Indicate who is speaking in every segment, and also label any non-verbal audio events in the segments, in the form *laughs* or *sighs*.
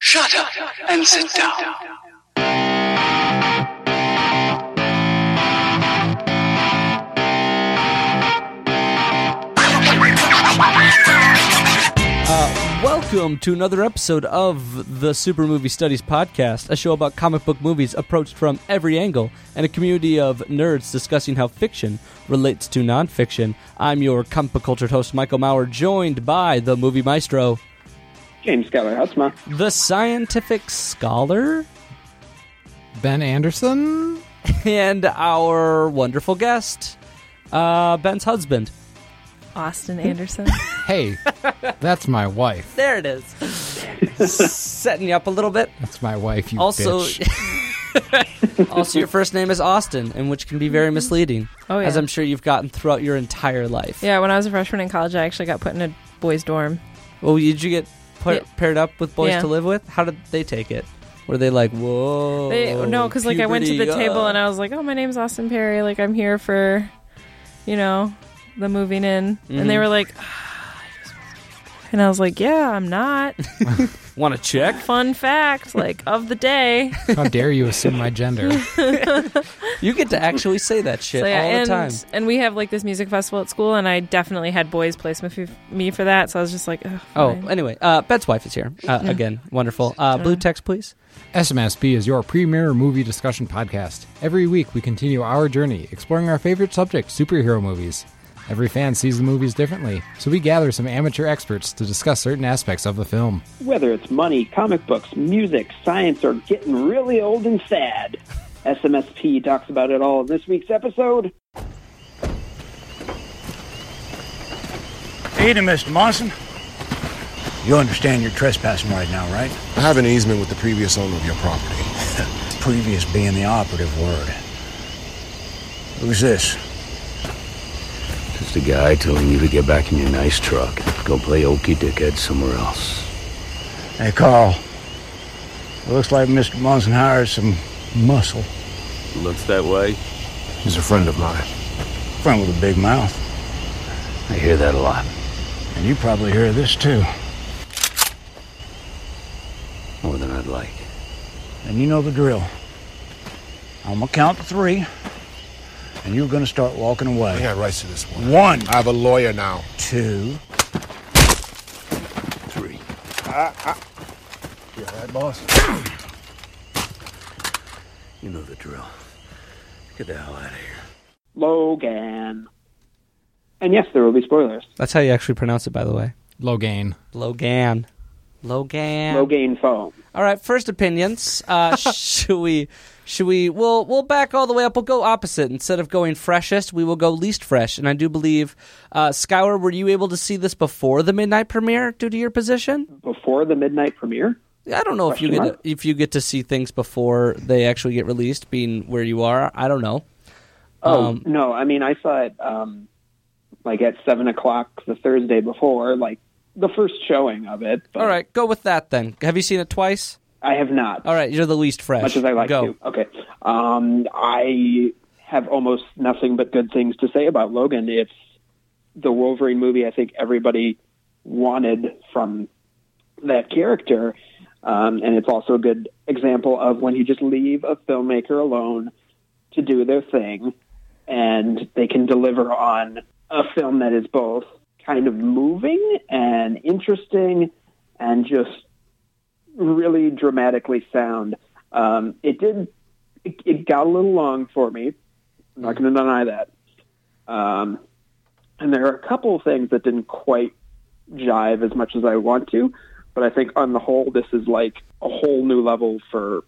Speaker 1: Shut up and sit down.
Speaker 2: Welcome to another episode of the Super Movie Studies Podcast, a show about comic book movies approached from every angle and a community of nerds discussing how fiction relates to nonfiction. I'm your comic cultured host, Michael Mauer, joined by the movie maestro,
Speaker 3: James Keller, that's my.
Speaker 2: the scientific scholar,
Speaker 4: Ben Anderson?
Speaker 2: and our wonderful guest, uh, Ben's husband.
Speaker 5: Austin *laughs* Anderson.
Speaker 4: Hey, that's my wife.
Speaker 2: There it is. *laughs* Setting you up a little bit.
Speaker 4: That's my wife, you
Speaker 2: Also, *laughs*
Speaker 4: bitch.
Speaker 2: also, your first name is Austin, and which can be very misleading,
Speaker 5: Oh, yeah.
Speaker 2: as I'm sure you've gotten throughout your entire life.
Speaker 5: yeah, when I was a freshman in college, I actually got put in a boys' dorm.
Speaker 2: Well, did you get put,
Speaker 5: Yeah.
Speaker 2: paired up with boys
Speaker 5: Yeah.
Speaker 2: to live with? How did they take it? Were they like, whoa?
Speaker 5: They, no, because like I went to the
Speaker 2: Oh, puberty,
Speaker 5: table
Speaker 2: uh,
Speaker 5: and I was like, "Oh, my name's Austin Perry. Like I'm here for, you know, the moving in." And they
Speaker 2: Mhm.
Speaker 5: were like, "Ah, I just wanna be a boy." and I was like, "Yeah,
Speaker 2: *laughs*
Speaker 5: I'm not."
Speaker 2: want to check?
Speaker 5: Fun fact, like of the day.
Speaker 4: How dare you assume my gender?
Speaker 2: You get to actually say
Speaker 5: *laughs*
Speaker 2: that shit
Speaker 5: So, yeah,
Speaker 2: all
Speaker 5: and
Speaker 2: the time.
Speaker 5: and we have like this music festival at school, and I definitely had boys place me, me for that. So I was just like, "Ugh,
Speaker 2: Oh,
Speaker 5: fine."
Speaker 2: anyway, uh, Bet's wife is here uh, again. Wonderful. Uh, blue text, please.
Speaker 4: SMSP is your premier movie discussion podcast. Every week, we continue our journey, exploring our favorite subject, superhero movies. Every fan sees the movies differently, so we gather some amateur experts to discuss certain aspects of the film.
Speaker 3: Whether it's money, comic books, music, science, or getting really old and sad, SMSP talks about it all in this week's episode.
Speaker 6: Evening, Mr. Monson. You understand you're trespassing right now, right?
Speaker 7: I have an easement with the previous owner of your property.
Speaker 6: Previous being the operative word. Who's this?
Speaker 8: Just a guy telling you to get back in your nice truck. Go play okey dickhead somewhere else.
Speaker 6: Hey, Carl. It looks like Mr. Monson hired some muscle.
Speaker 8: Looks that way.
Speaker 7: He's a friend of mine.
Speaker 6: Front with a big mouth.
Speaker 8: I hear that a lot.
Speaker 6: And you probably hear this, too.
Speaker 8: More than I'd like.
Speaker 6: And you know the drill. I'm gonna count to three, and you're gonna start walking
Speaker 7: I
Speaker 6: away.
Speaker 7: got rights to this one.
Speaker 6: One,
Speaker 7: I have a lawyer now.
Speaker 6: two.
Speaker 8: Three.
Speaker 7: Ah, Yeah, right, boss.
Speaker 8: You know the drill. Get the hell out of here.
Speaker 3: Logan. And yes, there will be spoilers.
Speaker 2: That's how you actually pronounce it, by the way.
Speaker 4: Logan.
Speaker 2: Logan. Logan.
Speaker 3: Logan foam.
Speaker 2: All right, first opinions.
Speaker 3: *laughs*
Speaker 2: Uh, should we? Should we? We'll we'll back all the way up. We'll go opposite instead of going freshest. We will go least fresh. And I do believe, uh, Skyler, were you able to see this before the midnight premiere due to your position?
Speaker 3: Before the midnight premiere,
Speaker 2: I don't know if you
Speaker 3: Question
Speaker 2: get
Speaker 3: mark?
Speaker 2: if you get to see things before they actually get released, being where you are. I don't know.
Speaker 3: Oh
Speaker 2: Um,
Speaker 3: no! I mean, I saw it um, like at seven o'clock the Thursday before, like the first showing of it. But
Speaker 2: All right, go with that then. Have you seen it twice?
Speaker 3: I have not.
Speaker 2: All right, you're the least fresh.
Speaker 3: much as I like
Speaker 2: go.
Speaker 3: to. Okay, um, I have almost nothing but good things to say about Logan. It's the Wolverine movie. I think everybody wanted from that character, um, and it's also a good example of when you just leave a filmmaker alone to do their thing, and they can deliver on a film that is both kind of moving and interesting and just really dramatically sound. Um, it did. It, it got a little long for me. I'm not going to deny that. Um, and there are a couple of things that didn't quite jive as much as I want to, but I think on the whole, this is like a whole new level for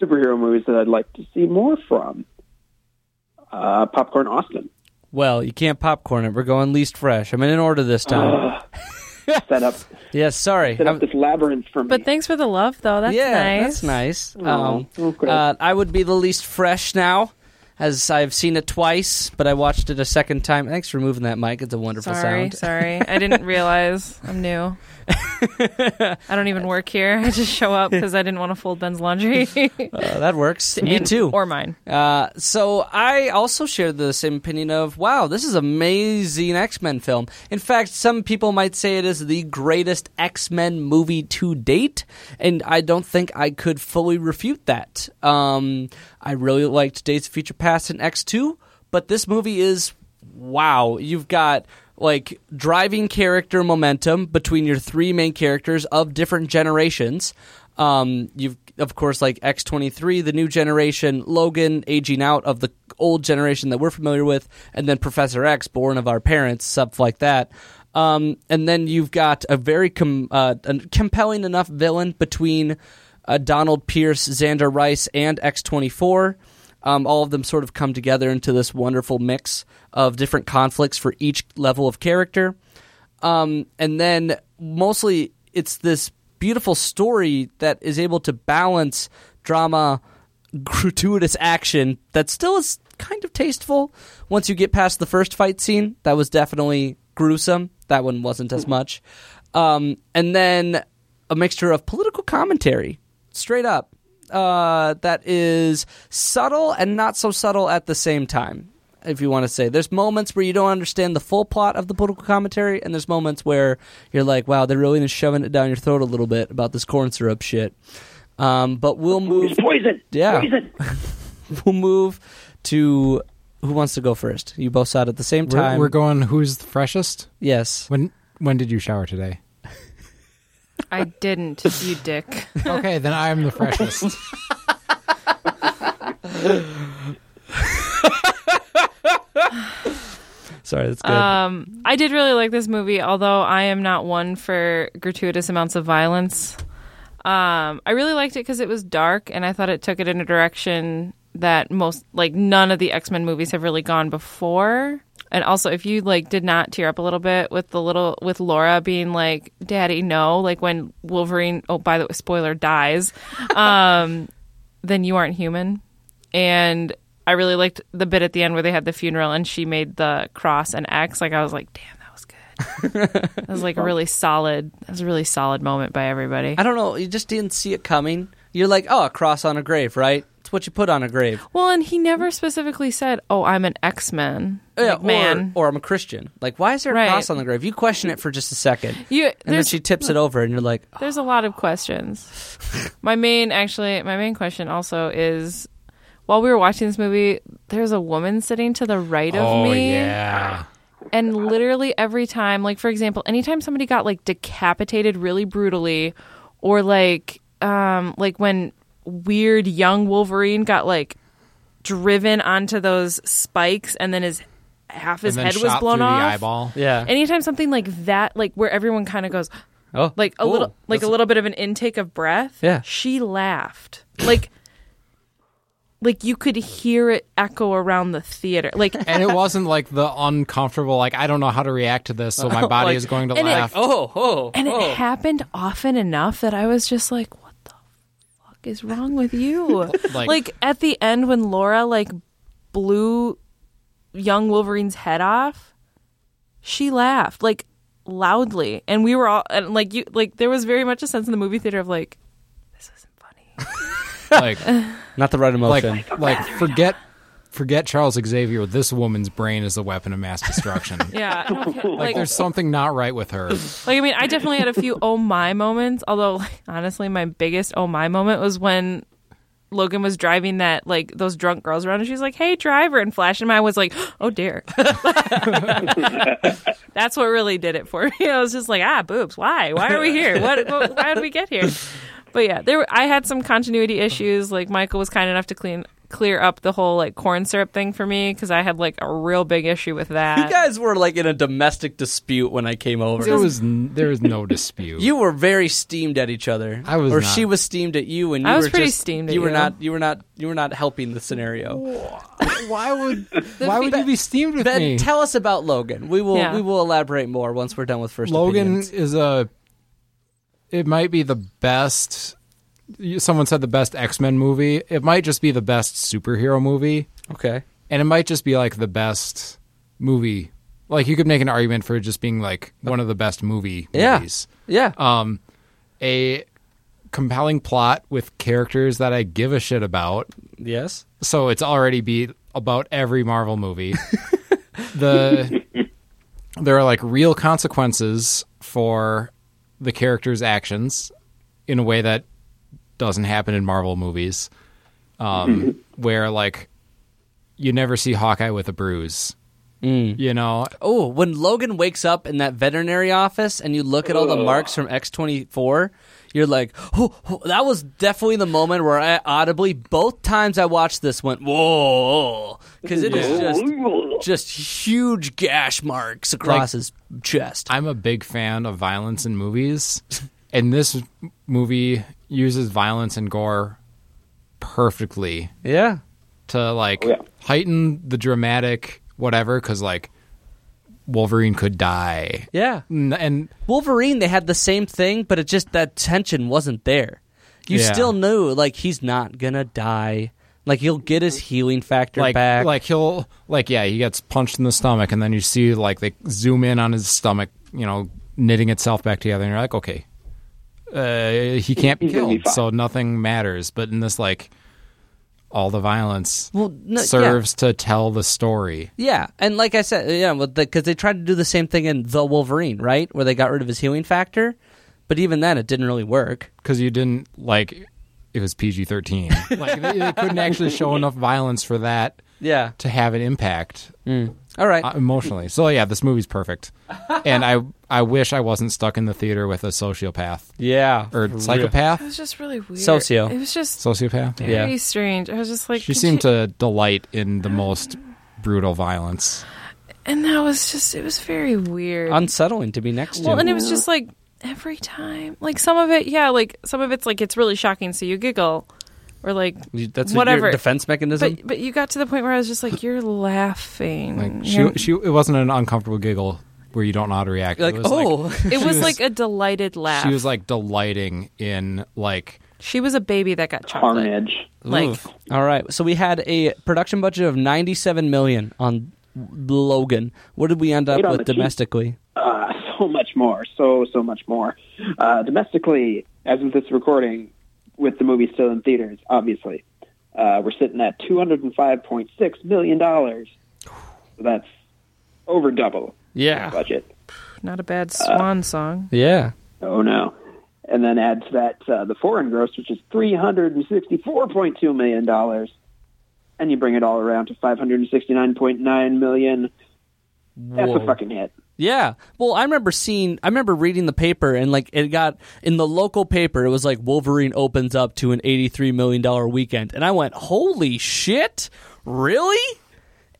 Speaker 3: superhero movies that I'd like to see more from. Uh, Popcorn Austin
Speaker 2: Well, you can't popcorn it. We're going least fresh. I'm in order this time.
Speaker 3: set up
Speaker 2: yes, sorry.
Speaker 3: set
Speaker 2: I'm-
Speaker 3: up this labyrinth for me.
Speaker 5: Um, But thanks for the love, though. That's
Speaker 2: yeah,
Speaker 5: nice.
Speaker 2: that's nice.
Speaker 3: Aw,
Speaker 2: Um,
Speaker 3: okay.
Speaker 2: uh, I would be the least fresh now, as I've seen it twice, but I watched it a second time. Thanks for moving that mic. It's a wonderful
Speaker 5: Sorry,
Speaker 2: *laughs* sound.
Speaker 5: sorry. I didn't realize. I'm new. I don't even work here. I just show up because I didn't want to fold Ben's
Speaker 2: *laughs*
Speaker 5: laundry.
Speaker 2: Uh, that works. Me
Speaker 5: And-
Speaker 2: too.
Speaker 5: Or mine.
Speaker 2: Uh, so I also share the same opinion of wow, this is amazing X Men film. In fact, some people might say it is the greatest X Men movie to date, and I don't think I could fully refute that. Um, I really liked Days of Future Past and X Two, but this movie is wow. You've got like driving character momentum between your three main characters of different generations. Um, you've of course like X twenty three, the new generation, Logan aging out of the old generation that we're familiar with, and then Professor X, born of our parents, stuff like that. Um, and then you've got a very com- uh, a compelling enough villain between uh, Donald Pierce, Xander Rice, and X twenty four um, all of them sort of come together into this wonderful mix of different conflicts for each level of character. Um, and then mostly it's this beautiful story that is able to balance drama, *laughs* gratuitous action that still is kind of tasteful. Once you get past the first fight scene, that was definitely gruesome. That one wasn't as much. Um, and then a mixture of political commentary, straight up, uh, that is subtle and not so subtle at the same time if you want to say. There's moments where you don't understand the full plot of the political commentary, and there's moments where you're like, wow, they're really just shoving it down your throat a little bit about this corn syrup shit. Um, but we'll move.
Speaker 3: It's poison.
Speaker 2: Yeah.
Speaker 3: Poison.
Speaker 5: Oh.
Speaker 2: We'll move to who wants to go first. You both saw it at the same
Speaker 4: We're,
Speaker 2: time.
Speaker 4: we're going. Who's the freshest?
Speaker 2: Yes.
Speaker 4: When when did you shower
Speaker 5: *laughs*
Speaker 4: today?
Speaker 5: I didn't, you
Speaker 2: *laughs*
Speaker 5: dick.
Speaker 4: Okay, then I'm the freshest.
Speaker 2: Sorry, that's good.
Speaker 5: Um, I did really like this movie, although I am not one for gratuitous amounts of violence. Um, I really liked it because it was dark, and I thought it took it in a direction that most, like, none of the X Men movies have really gone before. And also, if you like, did not tear up a little bit with the little with Laura being like, "Daddy, no!" Like when Wolverine, oh by the way, spoiler dies, um, then you aren't human and I really liked the bit at the end where they had the funeral and she made the cross an X. Like I was like, damn, that was good. that was like a really solid. That was a really solid moment by everybody.
Speaker 2: I don't know. You just didn't see it coming. You're like, oh, a cross on a grave, right? It's what you put on a grave.
Speaker 5: Well, and he never specifically said, "Oh, I'm an X Men."
Speaker 2: Yeah,
Speaker 5: like, man,
Speaker 2: Or, or I'm a Christian. Like, why is there a
Speaker 5: Right.
Speaker 2: cross on the grave? You question it for just a second.
Speaker 5: you,
Speaker 2: and then
Speaker 5: there's
Speaker 2: she tips it over, and you're like, "Oh."
Speaker 5: there's a lot of questions. my main, actually, my main question also is, while we were watching this movie, there's a woman sitting to the right of me.
Speaker 4: Oh, yeah.
Speaker 5: and literally every time like for example anytime somebody got like decapitated really brutally or like um like when weird young wolverine got like driven onto those spikes and then his half his
Speaker 4: and then
Speaker 5: head
Speaker 4: shot
Speaker 5: was blown
Speaker 4: through
Speaker 5: off
Speaker 4: the eyeball.
Speaker 2: yeah.
Speaker 5: anytime something like that like where everyone kind of goes
Speaker 2: oh,
Speaker 5: like a
Speaker 2: cool.
Speaker 5: little like a
Speaker 2: That's-
Speaker 5: little bit of an intake of breath
Speaker 2: Yeah.
Speaker 5: she laughed like like you could hear it echo around the theater like
Speaker 4: And it wasn't like the uncomfortable, like I don't know how to react to this, so my body
Speaker 2: Like-
Speaker 4: is going to
Speaker 5: and it-
Speaker 4: laugh.
Speaker 2: Oh, *laughs* oh,
Speaker 5: And
Speaker 2: oh.
Speaker 5: it happened often enough that I was just like, what the fuck is wrong with
Speaker 2: *laughs*
Speaker 5: you?
Speaker 4: Like-
Speaker 5: like, at the end when Laura like blew young Wolverine's head off, she laughed like loudly. And we were all and like you like there was very much a sense in the movie theater of like this isn't
Speaker 4: *laughs*
Speaker 5: funny.
Speaker 4: like
Speaker 2: Not the right
Speaker 4: like
Speaker 2: emotion.
Speaker 4: like forget forget Charles Xavier. This woman's brain is a weapon of mass destruction.
Speaker 5: Yeah.
Speaker 2: *laughs*
Speaker 5: I don't care.
Speaker 4: Like
Speaker 5: Like,
Speaker 4: there's something not right with her.
Speaker 5: Like I mean, I definitely had a few oh my moments. Although like, honestly, my biggest oh my moment was when Logan was driving that like those drunk girls around, and she's like, "Hey, driver!" and flashing my was like, "Oh dear." *laughs* That's what really did it for me. I was just like, "Ah, boobs. Why? Why are we here? What? what why did we get here?" But yeah, there were- I had some continuity issues. Like Michael was kind enough to clean clear up the whole like corn syrup thing for me because I had like a real big issue with that.
Speaker 2: you guys were like in a domestic dispute when I came over.
Speaker 4: There was n- there was no dispute.
Speaker 2: you were very steamed at each other.
Speaker 4: I was
Speaker 2: or
Speaker 4: not.
Speaker 2: she was steamed at you, and you
Speaker 5: I was
Speaker 2: were
Speaker 5: pretty
Speaker 2: just-
Speaker 5: steamed
Speaker 2: You
Speaker 5: at
Speaker 2: were
Speaker 5: you.
Speaker 2: not. You were not. You were not helping the scenario.
Speaker 4: why would why would you be steamed with
Speaker 2: Ben,
Speaker 4: me?
Speaker 2: tell us about Logan. We will.
Speaker 5: Yeah.
Speaker 2: We will elaborate more once we're done with first.
Speaker 4: Logan
Speaker 2: opinions.
Speaker 4: is a. It might be the best. Someone said the best X Men movie. It might just be the best superhero movie,
Speaker 2: Okay.
Speaker 4: and it might just be like the best movie Like you could make an argument for it just being like one of the best movie
Speaker 2: Yeah.
Speaker 4: movies.
Speaker 2: Yeah.
Speaker 4: Um, a compelling plot with characters that I give a shit about.
Speaker 2: yes.
Speaker 4: So it's already beat about every Marvel movie. *laughs* the there are like real consequences for the characters' actions in a way that doesn't happen in Marvel movies. Um, where like you never see Hawkeye with a bruise. You know,
Speaker 2: Oh, when Logan wakes up in that veterinary office and you look at all the marks from X24, you're like, oh, oh," that was definitely the moment where I audibly, both times I watched this, went, whoa. Because it is just, just huge gash marks across his chest.
Speaker 4: I'm a big fan of violence in movies, and this m- movie uses violence and gore perfectly
Speaker 2: yeah.
Speaker 4: to like
Speaker 3: Oh, yeah.
Speaker 4: heighten the dramatic whatever because like Wolverine could die,
Speaker 2: Yeah.
Speaker 4: N- and
Speaker 2: Wolverine, they had the same thing, but it just that tension wasn't there. You
Speaker 4: Yeah.
Speaker 2: still knew, like, he's not going to die. Like, he'll get his healing factor
Speaker 4: like
Speaker 2: back.
Speaker 4: like he'll like yeah he gets punched in the stomach, and then you see like they zoom in on his stomach, you know, knitting itself back together, and you're like, okay, uh, he can't be
Speaker 3: He's gonna be
Speaker 4: killed,
Speaker 3: fine.
Speaker 4: so nothing matters. But in this, like, all the violence
Speaker 2: well, no, yeah.
Speaker 4: serves to tell the story.
Speaker 2: Yeah, and like I said, yeah, because the, 'cause they tried to do the same thing in The Wolverine, right, where they got rid of his healing factor, but even then, it didn't really work.
Speaker 4: because you didn't like it was
Speaker 2: *laughs*
Speaker 4: PG thirteen. like they, they couldn't actually show
Speaker 3: *laughs*
Speaker 4: enough violence for that
Speaker 2: Yeah.
Speaker 4: to have an impact
Speaker 2: All right.
Speaker 4: uh, emotionally. So yeah, this movie's perfect, and I I wish I wasn't stuck in the theater with a sociopath
Speaker 2: yeah.
Speaker 4: or psychopath.
Speaker 5: It was just really weird.
Speaker 2: Socio.
Speaker 5: It was just
Speaker 4: Sociopath.
Speaker 2: Yeah.
Speaker 5: very strange. I was just like,
Speaker 4: She
Speaker 5: did
Speaker 4: seemed to delight in the most brutal violence.
Speaker 5: and that was just, it was very weird.
Speaker 2: Unsettling to be next
Speaker 5: Well,
Speaker 2: to.
Speaker 5: and it was just like every time, like some of it, yeah, like some of it's like it's really shocking, so you giggle, or like
Speaker 2: You- That's
Speaker 5: whatever
Speaker 2: your defense mechanism.
Speaker 5: But but you got to the point where I was just like, you're laughing.
Speaker 4: Like she
Speaker 5: You're-
Speaker 4: she it wasn't an uncomfortable giggle where you don't know how to react.
Speaker 2: You're
Speaker 4: it
Speaker 2: like,
Speaker 4: was
Speaker 2: oh, *laughs*
Speaker 5: it was,
Speaker 4: was-
Speaker 5: like a delighted laugh.
Speaker 4: she was like delighting in like
Speaker 5: she was a baby that got chocolate.
Speaker 3: Carnage.
Speaker 5: Like
Speaker 2: *laughs* all right. So we had a production budget of ninety-seven million on Logan. What did we end up
Speaker 3: Right on
Speaker 2: with
Speaker 3: the cheap.
Speaker 2: domestically?
Speaker 3: Uh, *laughs* so much more. So, so much more. Uh, domestically, as of this recording, with the movie still in theaters, obviously, uh, we're sitting at $205.6 million. That's over double
Speaker 2: Yeah.
Speaker 3: budget.
Speaker 5: not a bad swan song.
Speaker 2: Yeah.
Speaker 3: Oh, no. And then add to that uh, the foreign gross, which is $364.2 million. And you bring it all around to $569.9 million. That's
Speaker 2: Whoa.
Speaker 3: a fucking hit.
Speaker 2: Yeah. Well, I remember seeing, I remember reading the paper, and like it got in the local paper, it was like Wolverine opens up to an $83 million weekend. And I went, holy shit, really?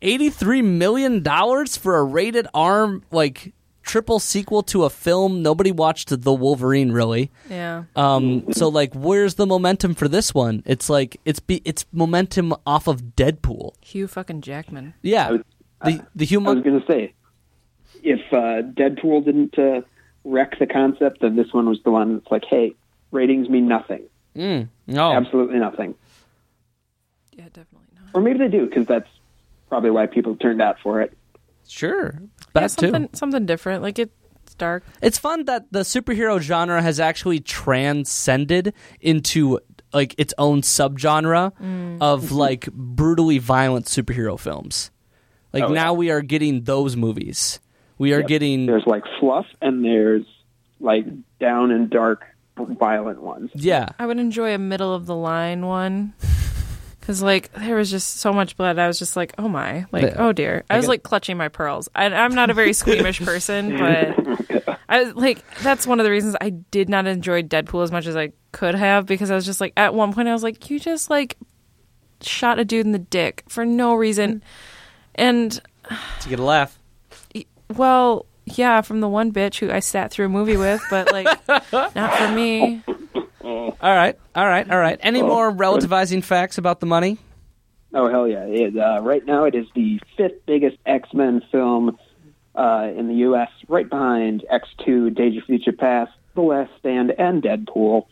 Speaker 2: $83 million for a rated R, like triple sequel to a film nobody watched The Wolverine, really.
Speaker 5: Yeah.
Speaker 4: Uh,
Speaker 2: Um, so like, where's the momentum for this one? It's like it's be it's momentum off of Deadpool.
Speaker 5: Hugh fucking Jackman.
Speaker 2: Yeah, the the
Speaker 3: I was
Speaker 2: human.
Speaker 3: going to say, if uh, Deadpool didn't uh, wreck the concept, then this one was the one that's like, hey, ratings mean nothing.
Speaker 2: No,
Speaker 3: Absolutely nothing.
Speaker 5: Oh. Yeah, definitely not.
Speaker 3: Or maybe they do, because that's probably why people turned out for it.
Speaker 2: sure,
Speaker 5: Yeah,
Speaker 2: bad too.
Speaker 5: something something different. Like it's dark.
Speaker 2: It's fun that the superhero genre has actually transcended into like its own subgenre of like brutally violent superhero films. Like
Speaker 3: Oh, yeah.
Speaker 2: now we are getting those movies. We are getting
Speaker 3: There's like fluff, and there's like down and dark, violent ones.
Speaker 2: yeah.
Speaker 5: I would enjoy a middle of the line one. Cause like there was just so much blood, I was just like, oh my, like
Speaker 2: Yeah.
Speaker 5: oh dear. I was like clutching my pearls. I, I'm not a very squeamish person, but I was like that's one of the reasons I did not enjoy Deadpool as much as I could have because I was just like at one point I was like, you just like shot a dude in the dick for no reason, and
Speaker 2: To get a laugh.
Speaker 5: well, yeah, from the one bitch who I sat through a movie with, but like not for me.
Speaker 2: All right. All right. All right. Any more relativizing facts about the money?
Speaker 3: Oh hell yeah! It, uh, right now, it is the fifth biggest X Men film uh, in the U.S., right behind X Two, Days of Future Past, The Last Stand, and Deadpool.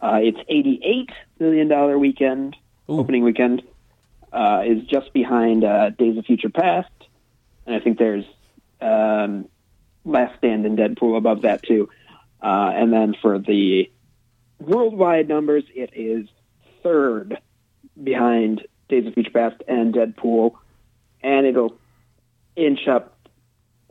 Speaker 3: Uh, its eighty-eight million dollar weekend opening weekend uh, is just behind uh, Days of Future Past, and I think there's um, Last Stand and Deadpool above that too. Uh, and then for the worldwide numbers, it is third behind Days of Future Past and Deadpool, and it'll inch up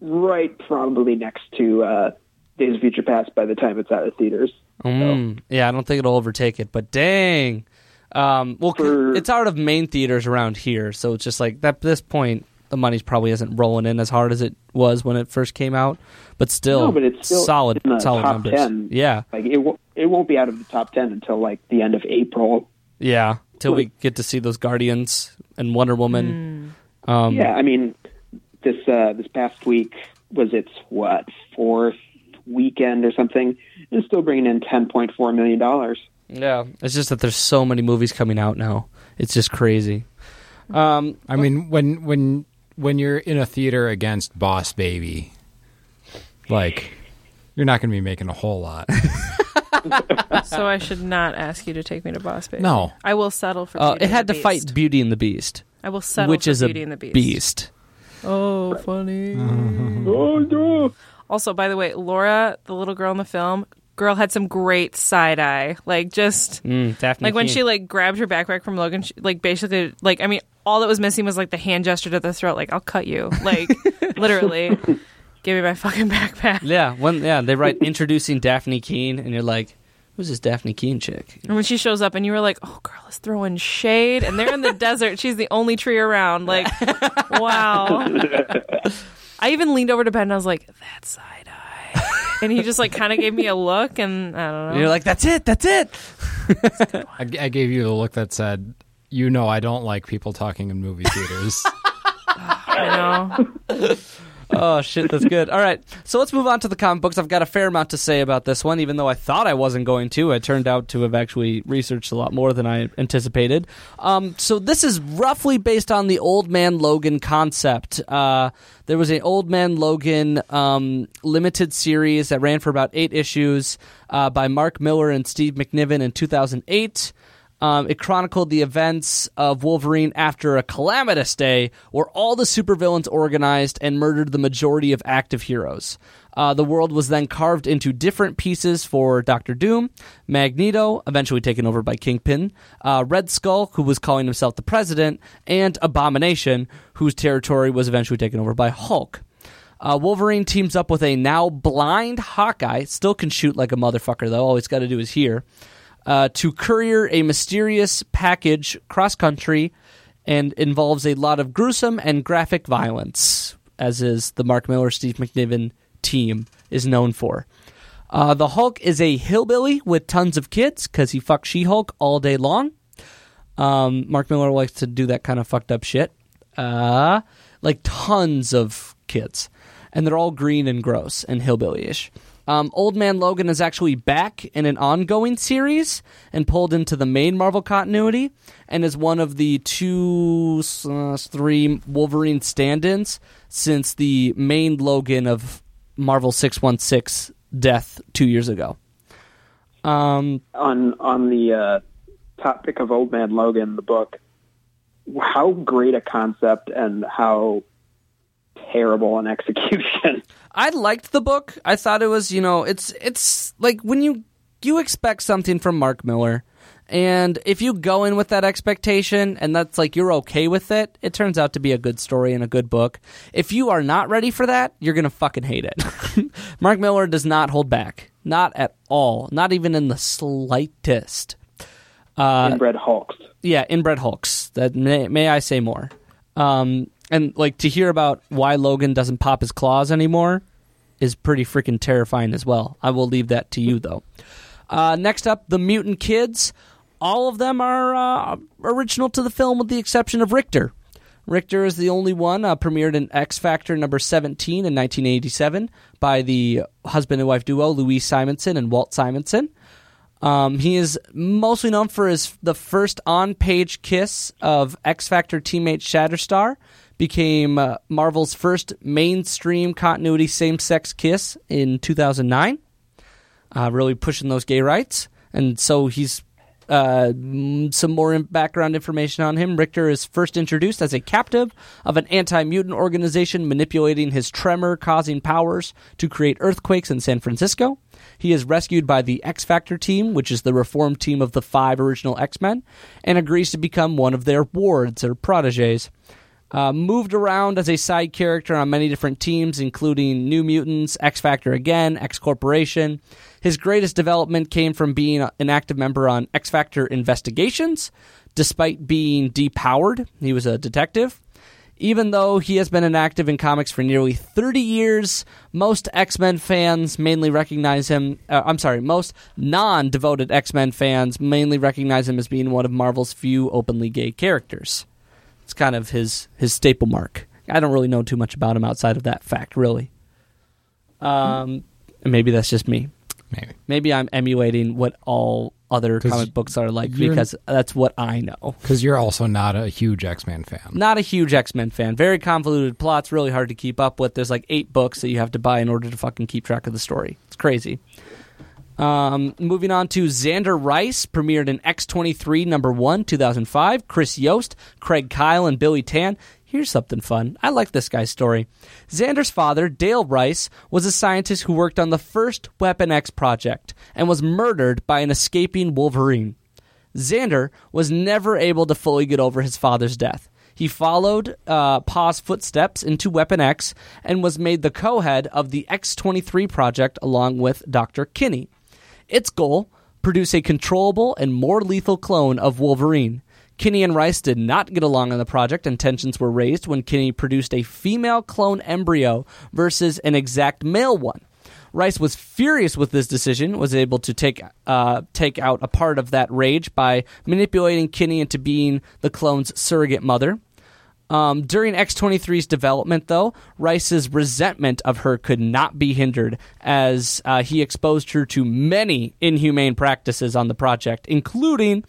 Speaker 3: right probably next to uh, Days of Future Past by the time it's out of theaters.
Speaker 2: Mm, yeah, I don't think it'll overtake it, but dang. Um, well, c-
Speaker 3: For-
Speaker 2: it's out of main theaters around here, so it's just like at this point, the money's probably isn't rolling in as hard as it was when it first came out. But still,
Speaker 3: No, but it's still
Speaker 2: solid,
Speaker 3: in the
Speaker 2: solid
Speaker 3: top
Speaker 2: numbers.
Speaker 3: 10.
Speaker 2: Yeah,
Speaker 3: Like it, w- it won't be out of the top ten until like the end of April.
Speaker 2: yeah. Till we get to see those Guardians and Wonder Woman. Um,
Speaker 3: Yeah, I mean, this uh, this past week was its what fourth weekend or something, and it's still bringing in ten point four million dollars.
Speaker 5: Hmm.
Speaker 2: yeah. It's just that there's so many movies coming out now. It's just crazy. Um,
Speaker 4: I mean, when when when you're in a theater against Boss Baby, like you're not going to be making a
Speaker 2: *laughs*
Speaker 4: whole lot.
Speaker 5: so I should not ask you to take me to Boss Baby.
Speaker 4: No.
Speaker 5: I will settle for.
Speaker 2: uh,
Speaker 5: Beauty
Speaker 2: it
Speaker 5: and
Speaker 2: had
Speaker 5: the
Speaker 2: to fight
Speaker 5: Beast.
Speaker 2: Beauty and the Beast,
Speaker 5: I will settle
Speaker 2: which
Speaker 5: for
Speaker 2: is
Speaker 5: Beauty
Speaker 2: a
Speaker 5: and the Beast.
Speaker 2: beast.
Speaker 5: Oh, funny.
Speaker 3: Oh no!
Speaker 5: Also, by the way, Laura, the little girl in the film, girl had some great side eye. Like just
Speaker 2: Mm, Daphne
Speaker 5: like when
Speaker 2: Keane.
Speaker 5: she like grabbed her backpack from Logan, she, like basically like I mean all that was missing was like the hand gesture to the throat, like I'll cut you,
Speaker 2: *laughs*
Speaker 5: like literally, give me my fucking backpack.
Speaker 2: Yeah, when yeah, they write introducing Daphne Keene, and you're like, who's this Daphne Keene chick?
Speaker 5: And when she shows up, and you were like, "Oh, girl is throwing shade," and they're in the desert. She's the only tree around. Like, wow. I even leaned over to Ben and I was like, "That side eye," and he just like kind of gave me a look, and I don't
Speaker 2: And
Speaker 5: know.
Speaker 2: you're like, that's it, that's it.
Speaker 4: I, I gave you the look that said, "You know, I don't like people talking in movie theaters."
Speaker 5: I know.
Speaker 2: Oh shit, that's good. All right, so let's move on to the comic books. I've got a fair amount to say about this one, even though I thought I wasn't going to. I turned out to have actually researched a lot more than I anticipated. Um, so this is roughly based on the Old Man Logan concept. Uh, there was an Old Man Logan um, limited series that ran for about eight issues uh, by Mark Miller and Steve McNiven in 2008. Um, it chronicled the events of Wolverine after a calamitous day where all the supervillains organized and murdered the majority of active heroes. Uh, the world was then carved into different pieces for Doctor Doom, Magneto, eventually taken over by Kingpin, uh, Red Skull, who was calling himself the President, and Abomination, whose territory was eventually taken over by Hulk. Uh, Wolverine teams up with a now blind Hawkeye, still can shoot like a motherfucker though. All he's got to do is hear uh, to courier a mysterious package cross country, and involves a lot of gruesome and graphic violence, as is the Mark Miller Steve McNiven team is known for. Uh, the Hulk is a hillbilly with tons of kids because he fucks She Hulk all day long. Um, Mark Miller likes to do that kind of fucked up shit. Uh, like tons of kids. And they're all green and gross and hillbilly ish. Um, Old Man Logan is actually back in an ongoing series and pulled into the main Marvel continuity and is one of the two, uh, three Wolverine stand ins since the main Logan of Marvel 616 death two years ago. Um,
Speaker 3: on on the uh, topic of Old Man Logan, the book, how great a concept and how terrible an *laughs* execution.
Speaker 2: I liked the book. I thought it was, you know, it's it's like when you you expect something from Mark Miller, and if you go in with that expectation and that's like you're okay with it, it turns out to be a good story and a good book. If you are not ready for that, you're gonna fucking hate it. *laughs* Mark Miller does not hold back, not at all, not even in the slightest. Uh,
Speaker 3: Inbred Hulks.
Speaker 2: Yeah, inbred hulks. That may, may I say more? Um, and like to hear about why Logan doesn't pop his claws anymore is pretty freaking terrifying as well. I will leave that to you though. Uh, next up, the mutant kids. All of them are uh, original to the film, with the exception of Richter. Richter is the only one uh, premiered in X Factor number 17 in 1987 by the husband and wife duo Louise Simonson and Walt Simonson. Um, he is mostly known for his the first on-page kiss of X Factor teammate Shatterstar, became uh, Marvel's first mainstream continuity same-sex kiss in 2009. Uh, really pushing those gay rights, and so he's Uh, mm, some more in- background information on him. Richter is first introduced as a captive of an anti mutant organization manipulating his tremor causing powers to create earthquakes in San Francisco. He is rescued by the X Factor team, which is the reformed team of the five original X Men, and agrees to become one of their wards or proteges. Uh, moved around as a side character on many different teams, including New Mutants, X Factor again, X Corporation. His greatest development came from being an active member on X Factor investigations, despite being depowered. He was a detective. Even though he has been inactive in comics for nearly 30 years, most X Men fans mainly recognize him. Uh, I'm sorry, most non devoted X Men fans mainly recognize him as being one of Marvel's few openly gay characters it's kind of his his staple mark. I don't really know too much about him outside of that fact, really. Um, and maybe that's just me.
Speaker 4: Maybe.
Speaker 2: Maybe I'm emulating what all other
Speaker 4: 'Cause
Speaker 2: comic books are like
Speaker 4: you're-
Speaker 2: because that's what I know.
Speaker 4: Because you're also not a huge X Man fan.
Speaker 2: Not a huge X Men fan. Very convoluted plots, really hard to keep up with. There's like eight books that you have to buy in order to fucking keep track of the story. It's crazy. Um, moving on to Xander Rice, premiered in X23 number one, 2005. Chris Yost, Craig Kyle, and Billy Tan. Here's something fun. I like this guy's story. Xander's father, Dale Rice, was a scientist who worked on the first Weapon X project and was murdered by an escaping Wolverine. Xander was never able to fully get over his father's death. He followed uh, Pa's footsteps into Weapon X and was made the co head of the X 23 project along with Dr. Kinney. Its goal produce a controllable and more lethal clone of Wolverine. Kinney and Rice did not get along on the project, and tensions were raised when Kinney produced a female clone embryo versus an exact male one. Rice was furious with this decision, was able to take uh, take out a part of that rage by manipulating Kinney into being the clone's surrogate mother. Um, during X23's development, though, Rice's resentment of her could not be hindered, as uh, he exposed her to many inhumane practices on the project, including,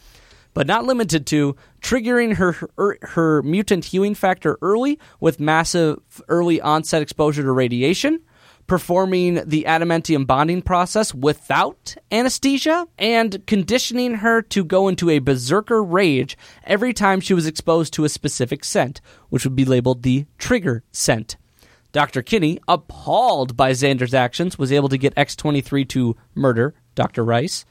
Speaker 2: but not limited to, triggering her her, her mutant healing factor early with massive early onset exposure to radiation, performing the adamantium bonding process without anesthesia and conditioning her to go into a berserker rage every time she was exposed to a specific scent, which would be labeled the trigger scent. Dr. Kinney, appalled by Xander's actions, was able to get X23 to murder Dr. Rice.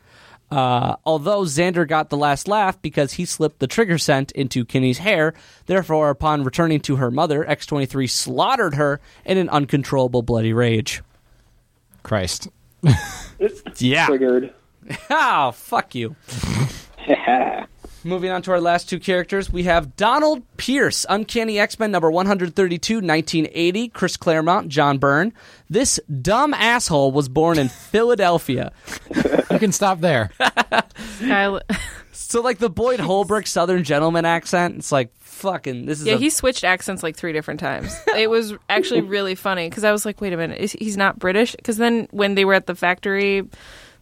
Speaker 2: Uh, although Xander got the last laugh because he slipped the trigger scent into Kinney's hair, therefore, upon returning to her mother, X23 slaughtered her in an uncontrollable bloody rage.
Speaker 4: Christ.
Speaker 2: Yeah.
Speaker 3: Triggered.
Speaker 2: Ah, fuck you. Moving on to our last two characters, we have Donald Pierce, Uncanny X Men number 132, 1980, Chris Claremont, John Byrne. This dumb asshole was born in Philadelphia.
Speaker 4: You can stop there.
Speaker 5: Kyle,
Speaker 2: So, like the Boyd Holbrook Southern gentleman accent, it's like, fucking, this is
Speaker 5: yeah,
Speaker 2: a
Speaker 5: he switched accents like three different times. *laughs* It was actually really funny because I was like, wait a minute, is, he's not British? Because then when they were at the factory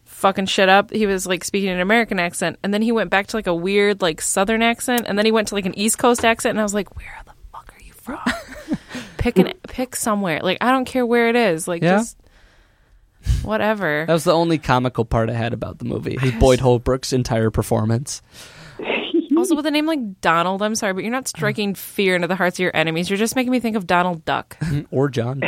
Speaker 5: fucking shit up, he was like speaking an American accent. And then he went back to like a weird like Southern accent. And then he went to like an East Coast accent. And I was like, where the fuck are you *laughs* from? pick, an, pick somewhere. Like, I don't care where it is. Like,
Speaker 2: Yeah.
Speaker 5: just whatever.
Speaker 2: That was the only comical part I had about the movie. Was Boyd Holbrook's entire performance.
Speaker 5: Also, with a name like Donald, I'm sorry, but you're not striking fear into the hearts of your enemies. You're just making me think of Donald Duck.
Speaker 2: or John.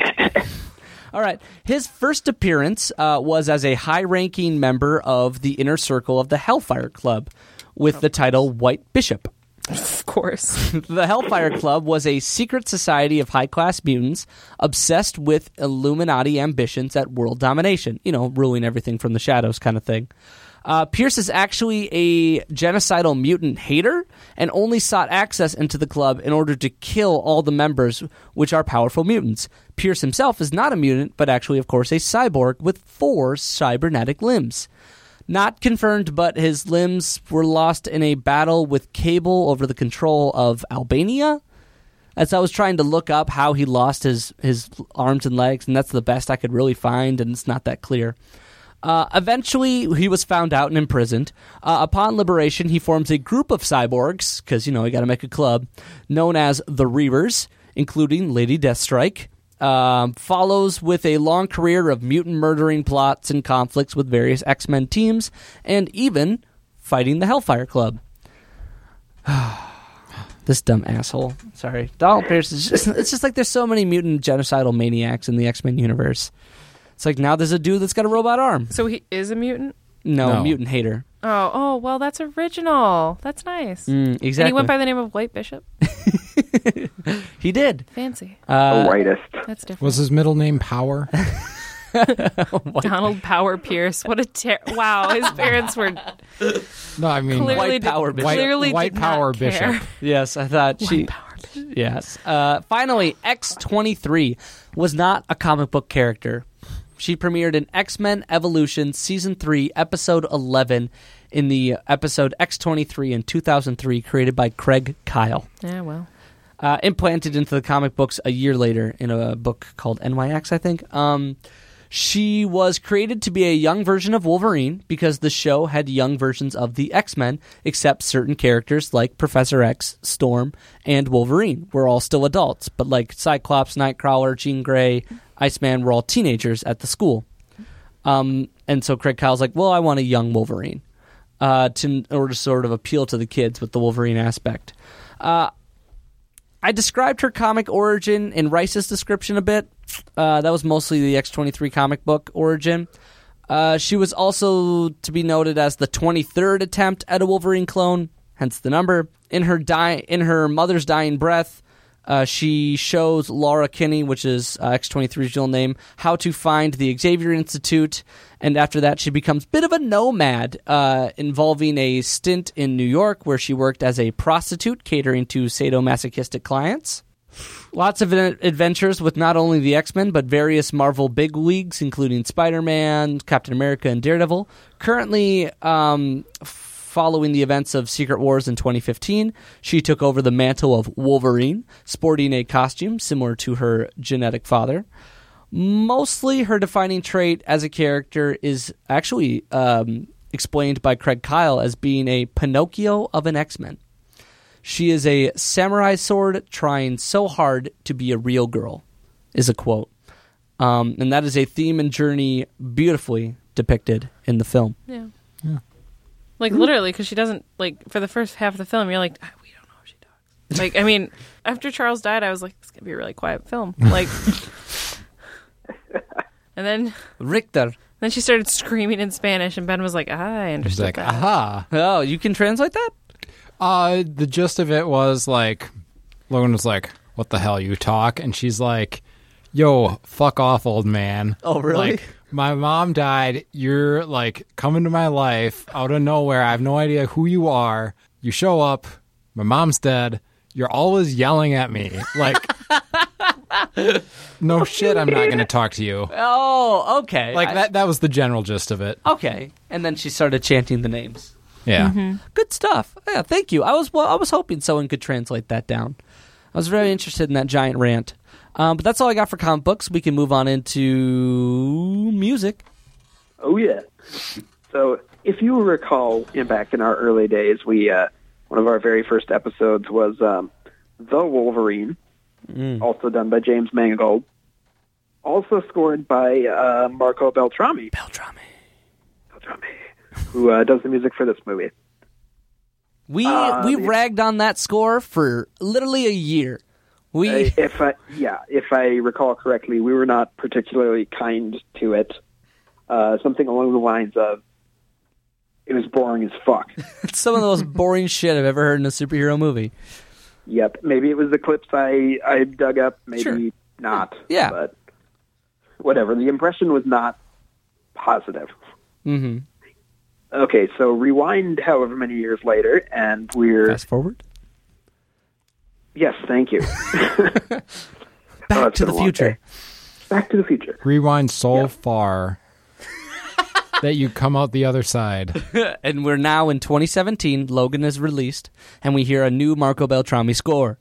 Speaker 2: All right. His first appearance uh, was as a high ranking member of the inner circle of the Hellfire Club with the title White Bishop.
Speaker 5: *laughs* of course.
Speaker 2: The Hellfire Club was a secret society of high class mutants obsessed with Illuminati ambitions at world domination, you know, ruling everything from the shadows kind of thing. Uh, Pierce is actually a genocidal mutant hater and only sought access into the club in order to kill all the members, which are powerful mutants. Pierce himself is not a mutant, but actually, of course, a cyborg with four cybernetic limbs. Not confirmed, but his limbs were lost in a battle with Cable over the control of Albania. As I was trying to look up how he lost his, his arms and legs, and that's the best I could really find, and it's not that clear. Uh, eventually, he was found out and imprisoned. Uh, upon liberation, he forms a group of cyborgs, because, you know, you got to make a club, known as the Reavers, including Lady Deathstrike. Um, follows with a long career of mutant murdering plots and conflicts with various X Men teams, and even fighting the Hellfire Club. *sighs* this dumb asshole. Sorry, Donald Pierce is just. It's just like there's so many mutant genocidal maniacs in the X Men universe. It's like now there's a dude that's got a robot arm.
Speaker 5: So he is a mutant.
Speaker 2: No,
Speaker 4: No.
Speaker 2: mutant hater.
Speaker 5: Oh, oh, well, that's original. That's nice.
Speaker 2: Mm, exactly.
Speaker 5: And he went by the name of White Bishop.
Speaker 2: He did.
Speaker 5: Fancy.
Speaker 2: Uh,
Speaker 3: whitest.
Speaker 5: That's different.
Speaker 4: Was his middle name Power?
Speaker 5: Donald Power Pierce. What a ter-
Speaker 2: *laughs*
Speaker 5: wow! His parents were
Speaker 4: No, I mean
Speaker 5: clearly
Speaker 2: White
Speaker 5: did-
Speaker 2: Power Bishop.
Speaker 4: White,
Speaker 5: clearly
Speaker 4: White
Speaker 5: did not
Speaker 4: Power
Speaker 5: care.
Speaker 4: Bishop.
Speaker 2: Yes, I thought she. Yes. Uh, finally, X23 was not a comic book character. She premiered in X Men Evolution Season 3, Episode 11, in the episode X23 in 2003, created by Craig Kyle.
Speaker 5: *laughs* Yeah, well,
Speaker 2: Uh, implanted into the comic books a year later in a book called NYX, I think. Um, she was created to be a young version of Wolverine because the show had young versions of the X Men, except certain characters like Professor X, Storm, and Wolverine were all still adults, but like Cyclops, Nightcrawler, Jean Grey, Iceman were all teenagers at the school. Um, and so Craig Kyle's like, well, I want a young Wolverine uh, to, in order to sort of appeal to the kids with the Wolverine aspect. I described her comic origin in Rice's description a bit. Uh, that was mostly the X23 comic book origin. Uh, she was also to be noted as the 23rd attempt at a Wolverine clone, hence the number. In her die, in her mother's dying breath, uh, she shows Laura Kinney, which is uh, X23's real name, how to find the Xavier Institute, and after that, she becomes a bit of a nomad, uh, involving a stint in New York where she worked as a prostitute catering to sadomasochistic clients. Lots of ad- adventures with not only the X Men, but various Marvel bigwigs, including Spider Man, Captain America, and Daredevil. Currently, um, following the events of Secret Wars in 2015, she took over the mantle of Wolverine, sporting a costume similar to her genetic father. Mostly her defining trait as a character is actually um, explained by Craig Kyle as being a Pinocchio of an X Men. She is a samurai sword trying so hard to be a real girl, is a quote. Um, and that is a theme and journey beautifully depicted in the film.
Speaker 5: yeah, yeah. Like literally, because she doesn't like for the first half of the film. You're like, "Ah, we don't know if she talks. Like, I mean, after Charles died, I was like, it's gonna be a really quiet film.
Speaker 4: *laughs*
Speaker 5: Like, and then
Speaker 2: Richter.
Speaker 5: then she started screaming in Spanish, and Ben was like, ah, I
Speaker 4: He's
Speaker 5: understood
Speaker 4: like,
Speaker 5: that.
Speaker 4: aha.
Speaker 2: Oh, you can translate that?
Speaker 4: Uh, the gist of it was like, Logan was like, "What the hell you talk?" And she's like, "Yo, fuck off, old man."
Speaker 2: Oh, really?
Speaker 4: Like, my mom died. You're like coming to my life out of nowhere. I have no idea who you are. You show up. My mom's dead. You're always yelling at me. Like, no shit. I'm not going to talk to you.
Speaker 2: Oh, okay.
Speaker 4: Like
Speaker 2: I-
Speaker 4: that. That was the general gist of it.
Speaker 2: okay. And then she started chanting the names.
Speaker 4: Yeah.
Speaker 2: Good stuff. Yeah, thank you. I was well, I was hoping someone could translate that down. I was very interested in that giant rant. Um, but that's all I got for comic books. We can move on into music.
Speaker 3: Oh yeah. So if you recall, in back in our early days, we uh, one of our very first episodes was um, the Wolverine,
Speaker 2: Mm.
Speaker 3: also done by James Mangold, also scored by uh, Marco Beltrami.
Speaker 2: Beltrami.
Speaker 3: Beltrami, who uh, does the music for this movie.
Speaker 2: We
Speaker 3: Uh,
Speaker 2: we ragged on that score for literally a year. We
Speaker 3: I- if I, yeah, if I recall correctly, we were not particularly kind to it. Uh, something along the lines of, "It was boring as fuck."
Speaker 2: it's some of the most boring shit I've ever heard in a superhero movie.
Speaker 3: Yep. Maybe it was the clips I, I dug up. Maybe
Speaker 2: Sure.
Speaker 3: not.
Speaker 2: Yeah.
Speaker 3: But whatever. The impression was not positive.
Speaker 2: Mm-hmm.
Speaker 3: Okay, so rewind however many years later, and we're
Speaker 2: Fast forward.
Speaker 3: Oh, yes,
Speaker 2: *laughs*
Speaker 3: thank you.
Speaker 2: Back
Speaker 3: it's
Speaker 2: to
Speaker 3: been
Speaker 2: the
Speaker 3: a long
Speaker 2: future.
Speaker 3: Back to the future.
Speaker 4: Rewind
Speaker 2: *laughs*
Speaker 4: so far that you come out the other side.
Speaker 2: *laughs* And we're now in 2017. Logan is released, and we hear a new Marco Beltrami score.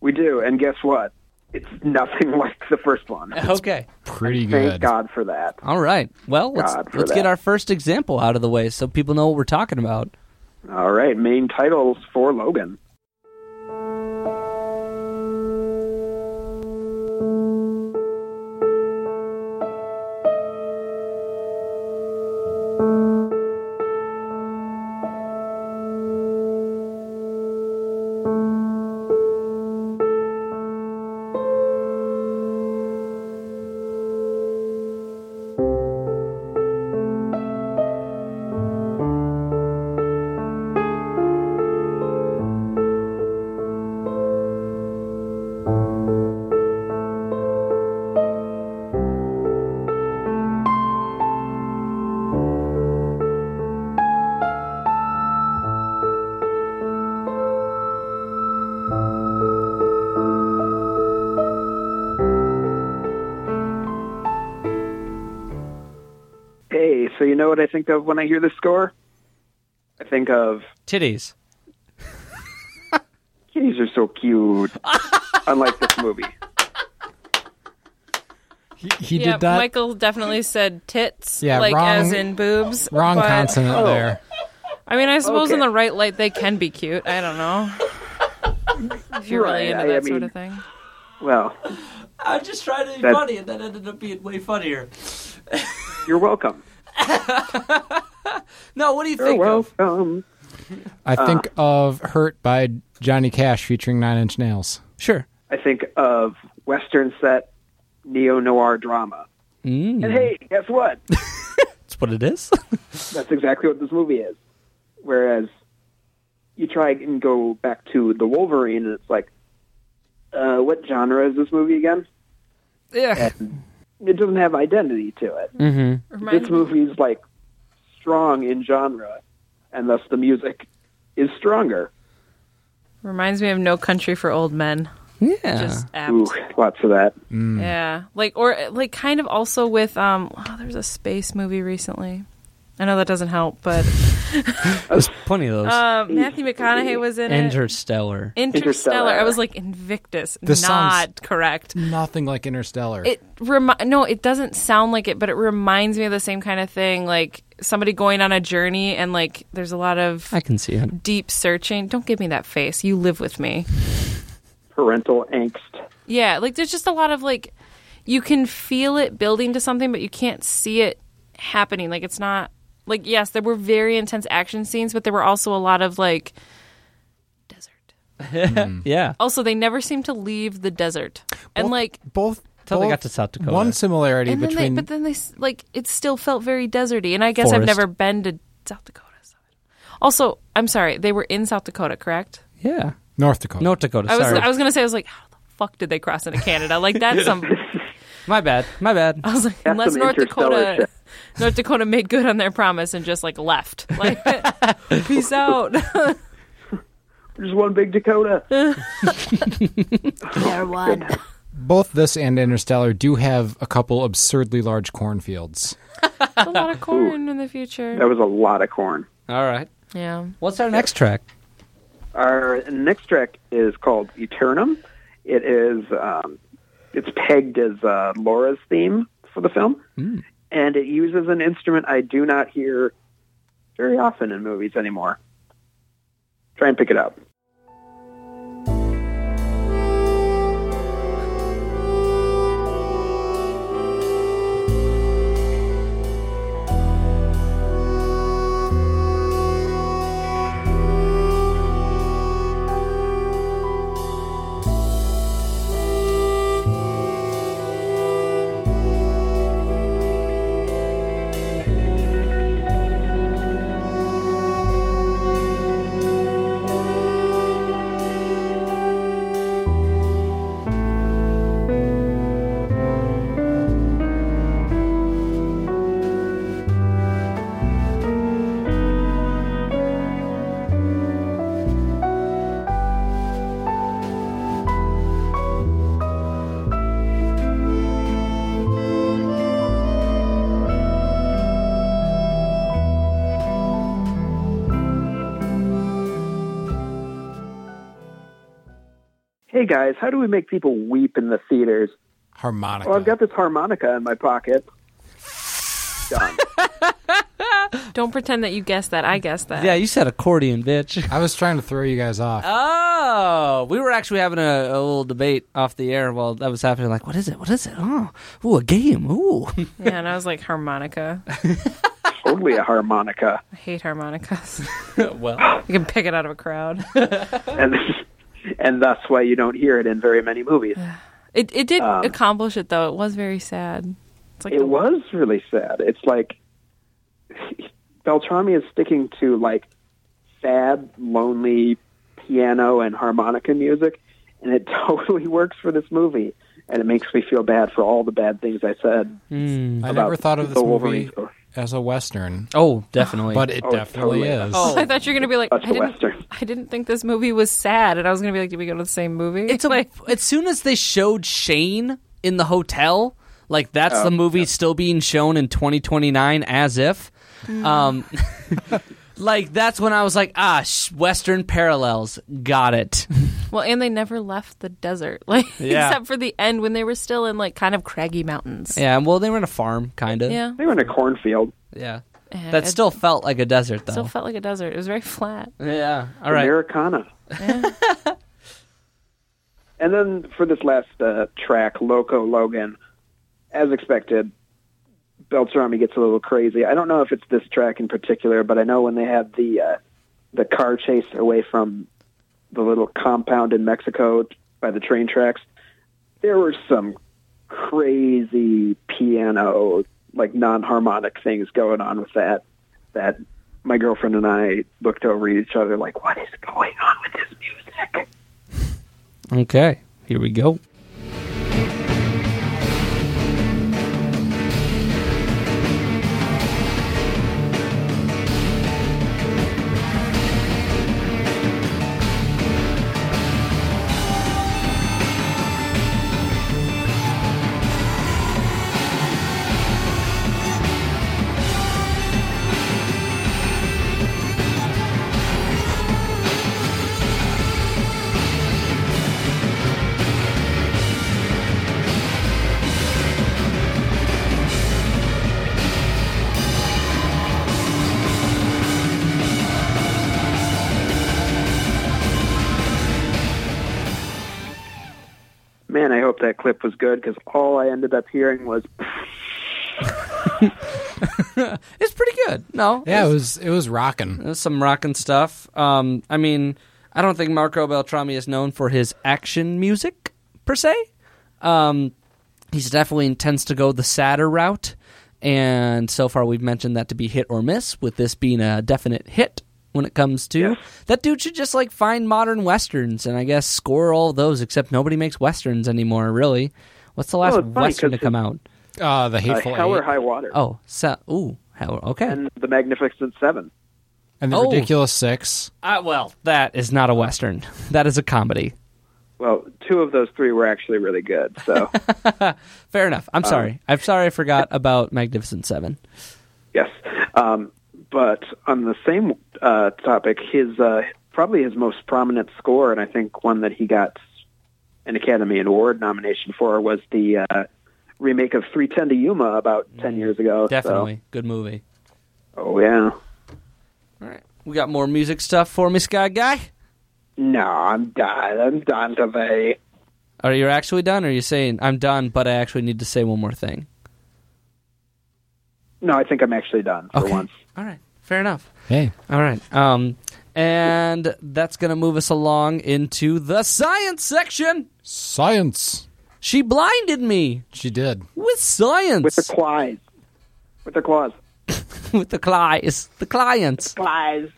Speaker 3: We do, and guess what? It's nothing *laughs* like the first one.
Speaker 2: Okay.
Speaker 4: Pretty
Speaker 3: Thank
Speaker 4: good.
Speaker 3: God for that.
Speaker 2: All right. Well, let's
Speaker 3: God for
Speaker 2: let's get
Speaker 3: that.
Speaker 2: our first example out of the way so people know what we're talking about.
Speaker 3: All right, main titles for Logan. you know what I think of when I hear this score? I think of
Speaker 2: Titties.
Speaker 3: kitties are so cute. Unlike this movie.
Speaker 4: He, he
Speaker 5: yeah,
Speaker 4: did that
Speaker 5: Michael definitely said tits,
Speaker 4: Yeah,
Speaker 5: like
Speaker 4: wrong-
Speaker 5: as in boobs.
Speaker 4: wrong
Speaker 5: but-
Speaker 4: consonant
Speaker 3: Oh.
Speaker 4: there.
Speaker 5: I mean, I suppose in
Speaker 3: Okay.
Speaker 5: the right light they can be cute. I don't know. if you're really
Speaker 3: Right,
Speaker 5: into
Speaker 3: I-
Speaker 5: that
Speaker 3: I
Speaker 5: sort
Speaker 3: mean-
Speaker 5: of thing.
Speaker 3: Well,
Speaker 2: I just tried to be
Speaker 3: That-
Speaker 2: funny, and that ended up being way funnier.
Speaker 3: you're welcome.
Speaker 2: No, what do you
Speaker 3: You're
Speaker 2: think of?
Speaker 3: welcome.
Speaker 4: I
Speaker 3: Uh.
Speaker 4: think of Hurt by Johnny Cash featuring Nine Inch Nails.
Speaker 2: Sure.
Speaker 3: I think of Western set neo noir drama.
Speaker 2: Mm.
Speaker 3: And hey, guess what?
Speaker 2: That's what it is.
Speaker 3: That's exactly what this movie is. Whereas you try and go back to the Wolverine, and it's like, uh, what genre is this movie again?
Speaker 5: Yeah,
Speaker 3: It doesn't have identity to it.
Speaker 5: Mm-hmm.
Speaker 3: This movie is like strong in genre, and thus the music is stronger.
Speaker 5: reminds me of No Country for Old Men.
Speaker 4: Uh-huh.
Speaker 2: yeah.
Speaker 5: Just apt.
Speaker 3: Ooh, lots of that.
Speaker 4: Hmm.
Speaker 5: Yeah, like or like kind of also with um. Oh, there's a space movie recently. I know that doesn't help, but
Speaker 2: There's plenty of those.
Speaker 5: um, Matthew McConaughey was in it.
Speaker 2: Interstellar.
Speaker 5: Interstellar.
Speaker 3: Interstellar.
Speaker 5: I was like Invictus.
Speaker 4: This
Speaker 5: not
Speaker 4: sounds-
Speaker 5: correct.
Speaker 4: Nothing like Interstellar.
Speaker 5: It remi- no, it doesn't sound like it, but it reminds me of the same kind of thing, like somebody going on a journey and like there's a lot of
Speaker 2: I can see it.
Speaker 5: deep searching. Don't give me that face. You live with me.
Speaker 3: Parental angst.
Speaker 5: Yeah, like there's just a lot of like you can feel it building to something, but you can't see it happening. Like it's not like yes, there were very intense action scenes, but there were also a lot of like desert.
Speaker 2: Yeah.
Speaker 5: Also, they never seem to leave the desert, and like
Speaker 4: both
Speaker 2: Till they
Speaker 4: both-
Speaker 2: got to South Dakota.
Speaker 4: One similarity
Speaker 5: and then
Speaker 4: between
Speaker 5: they, but then they s- like it still felt very deserty. And I guess I've
Speaker 2: Forest.
Speaker 5: never been to South Dakota. so- Also, I'm sorry, they were in South Dakota, correct?
Speaker 2: Yeah.
Speaker 4: North Dakota.
Speaker 2: North Dakota.
Speaker 5: I was
Speaker 2: Sorry.
Speaker 5: I was gonna say I was like, how the fuck did they cross into Canada? Like
Speaker 2: *laughs*
Speaker 5: that's some
Speaker 2: My bad. My bad.
Speaker 5: I was like,
Speaker 3: That's
Speaker 5: unless
Speaker 3: some
Speaker 5: North
Speaker 3: interstellar
Speaker 5: Dakota,
Speaker 3: shit.
Speaker 5: *laughs* North Dakota made good on their promise and just like left, like *laughs* peace out. *laughs*
Speaker 3: There's one big Dakota.
Speaker 9: They're one.
Speaker 4: both this and Interstellar do have a couple absurdly large cornfields.
Speaker 5: a lot of corn in the future.
Speaker 3: That was a lot of corn.
Speaker 2: All right.
Speaker 5: Yeah,
Speaker 2: What's our next track?
Speaker 3: Our next track is called Eternum. It is um, it's pegged as uh, Laura's theme for the film, and it uses an instrument I do not hear very often in movies anymore. Try and pick it up. Hey guys, how do we make people weep in the theaters?
Speaker 4: Harmonica.
Speaker 3: Well, I've got this harmonica in my pocket. Done.
Speaker 5: don't pretend that you guessed that. I guessed that.
Speaker 2: Yeah, you said accordion, bitch.
Speaker 4: I was trying to throw you guys off.
Speaker 2: Uh, Oh, we were actually having a, a little debate off the air while that was happening. Like, what is it? What is it? Oh, ooh, a game. Ooh.
Speaker 5: yeah. And I was like, harmonica.
Speaker 3: totally a harmonica.
Speaker 5: I hate harmonicas.
Speaker 2: *laughs* well,
Speaker 5: you can pick it out of a crowd.
Speaker 3: And and that's why you don't hear it in very many movies.
Speaker 5: It it did accomplish it though. It was very sad. It's like
Speaker 3: Um,
Speaker 5: the-
Speaker 3: It was really sad. It's like Beltrami is sticking to like sad, lonely piano and harmonica music, and it *laughs* totally works for this movie. And it makes me feel bad for all the bad things I said.
Speaker 4: I
Speaker 3: about
Speaker 4: never thought of
Speaker 3: the
Speaker 4: this
Speaker 3: Wolverine
Speaker 4: movie
Speaker 3: story.
Speaker 4: as a western,
Speaker 2: oh, definitely.
Speaker 4: but it
Speaker 3: Oh,
Speaker 4: definitely
Speaker 3: totally.
Speaker 4: is.
Speaker 5: I thought you were gonna be like, I
Speaker 3: That's the
Speaker 5: didn't,
Speaker 3: Western.
Speaker 5: I didn't think this movie was sad, and I was gonna be like, did we go to the same movie?
Speaker 2: it's a,
Speaker 5: like,
Speaker 2: as soon as they showed Shane in the hotel, like that's the movie still being shown in 2029 as if.
Speaker 5: Mm.
Speaker 2: Um, *laughs* like that's when I was like, ah, sh- Western parallels, got
Speaker 5: *laughs*
Speaker 2: it.
Speaker 5: *laughs* Well, and they never left the desert, *laughs* like
Speaker 2: Yeah.
Speaker 5: except for the end when they were still in like kind of craggy mountains.
Speaker 2: yeah, well, they were in a farm, kind of.
Speaker 5: yeah.
Speaker 3: They were in a cornfield.
Speaker 2: yeah.
Speaker 5: And
Speaker 2: That
Speaker 5: it
Speaker 2: still felt like a desert, though.
Speaker 5: still felt like a desert. It was very flat.
Speaker 2: yeah. All right.
Speaker 3: Americana. *laughs* and then for this last uh, track, Loco Logan, as expected, Belcher Army gets a little crazy. I don't know if it's this track in particular, but I know when they had the uh, the car chase away from the little compound in Mexico t- by the train tracks, there were some crazy piano, like non harmonic things going on with that. That my girlfriend and I looked over at each other like, what is going on with this music?
Speaker 2: Okay. Here we go.
Speaker 3: Man, I hope that clip was good because all I ended up hearing was, uh,
Speaker 2: It's pretty good. No.
Speaker 4: Yeah, it was it was rocking.
Speaker 2: There's some rockin' stuff. Um, I mean, I don't think Marco Beltrami is known for his action music per se. Um, he's definitely intends to go the sadder route, and so far we've mentioned that to be hit or miss. With this being a definite hit when it comes to that dude should just like find modern westerns and I guess score all those. Except nobody makes westerns anymore, really. What's the last
Speaker 3: it's funny
Speaker 2: western to
Speaker 3: 'cause
Speaker 2: come out?
Speaker 4: Uh, the
Speaker 3: uh,
Speaker 4: hateful
Speaker 3: Hell or
Speaker 4: eight
Speaker 3: High Water
Speaker 2: Oh, so, ooh, hell, okay.
Speaker 3: and The Magnificent Seven.
Speaker 4: and the
Speaker 2: Oh.
Speaker 4: ridiculous six.
Speaker 2: Ah, well, that is not a western. *laughs* That is a comedy.
Speaker 3: Well, two of those three were actually really good.
Speaker 2: *laughs*
Speaker 3: So,
Speaker 2: Fair enough. I'm sorry. I'm sorry I forgot about Magnificent Seven.
Speaker 3: yes. Um, but on the same uh, topic, his uh, probably his most prominent score, and I think one that he got an Academy Award nomination for, was the uh, remake of 310 to Yuma about 10 years ago. so-
Speaker 2: Mm, Definitely. Good movie.
Speaker 3: Oh, yeah.
Speaker 2: All right. We got more music stuff for me, Sky Guy?
Speaker 3: No, I'm done. I'm done today.
Speaker 2: Are you actually done? Or are you saying, I'm done, but I actually need to say one more thing?
Speaker 3: No, I think I'm actually done for
Speaker 2: Okay.
Speaker 3: once.
Speaker 2: All right. Fair enough.
Speaker 4: Hey,
Speaker 2: All right. Um, and that's going to move us along into the science section.
Speaker 4: science.
Speaker 2: She blinded me
Speaker 4: She did.
Speaker 2: with science. *laughs*
Speaker 3: With the claws. With the claws.
Speaker 2: with the clients. The clients.
Speaker 3: Claws.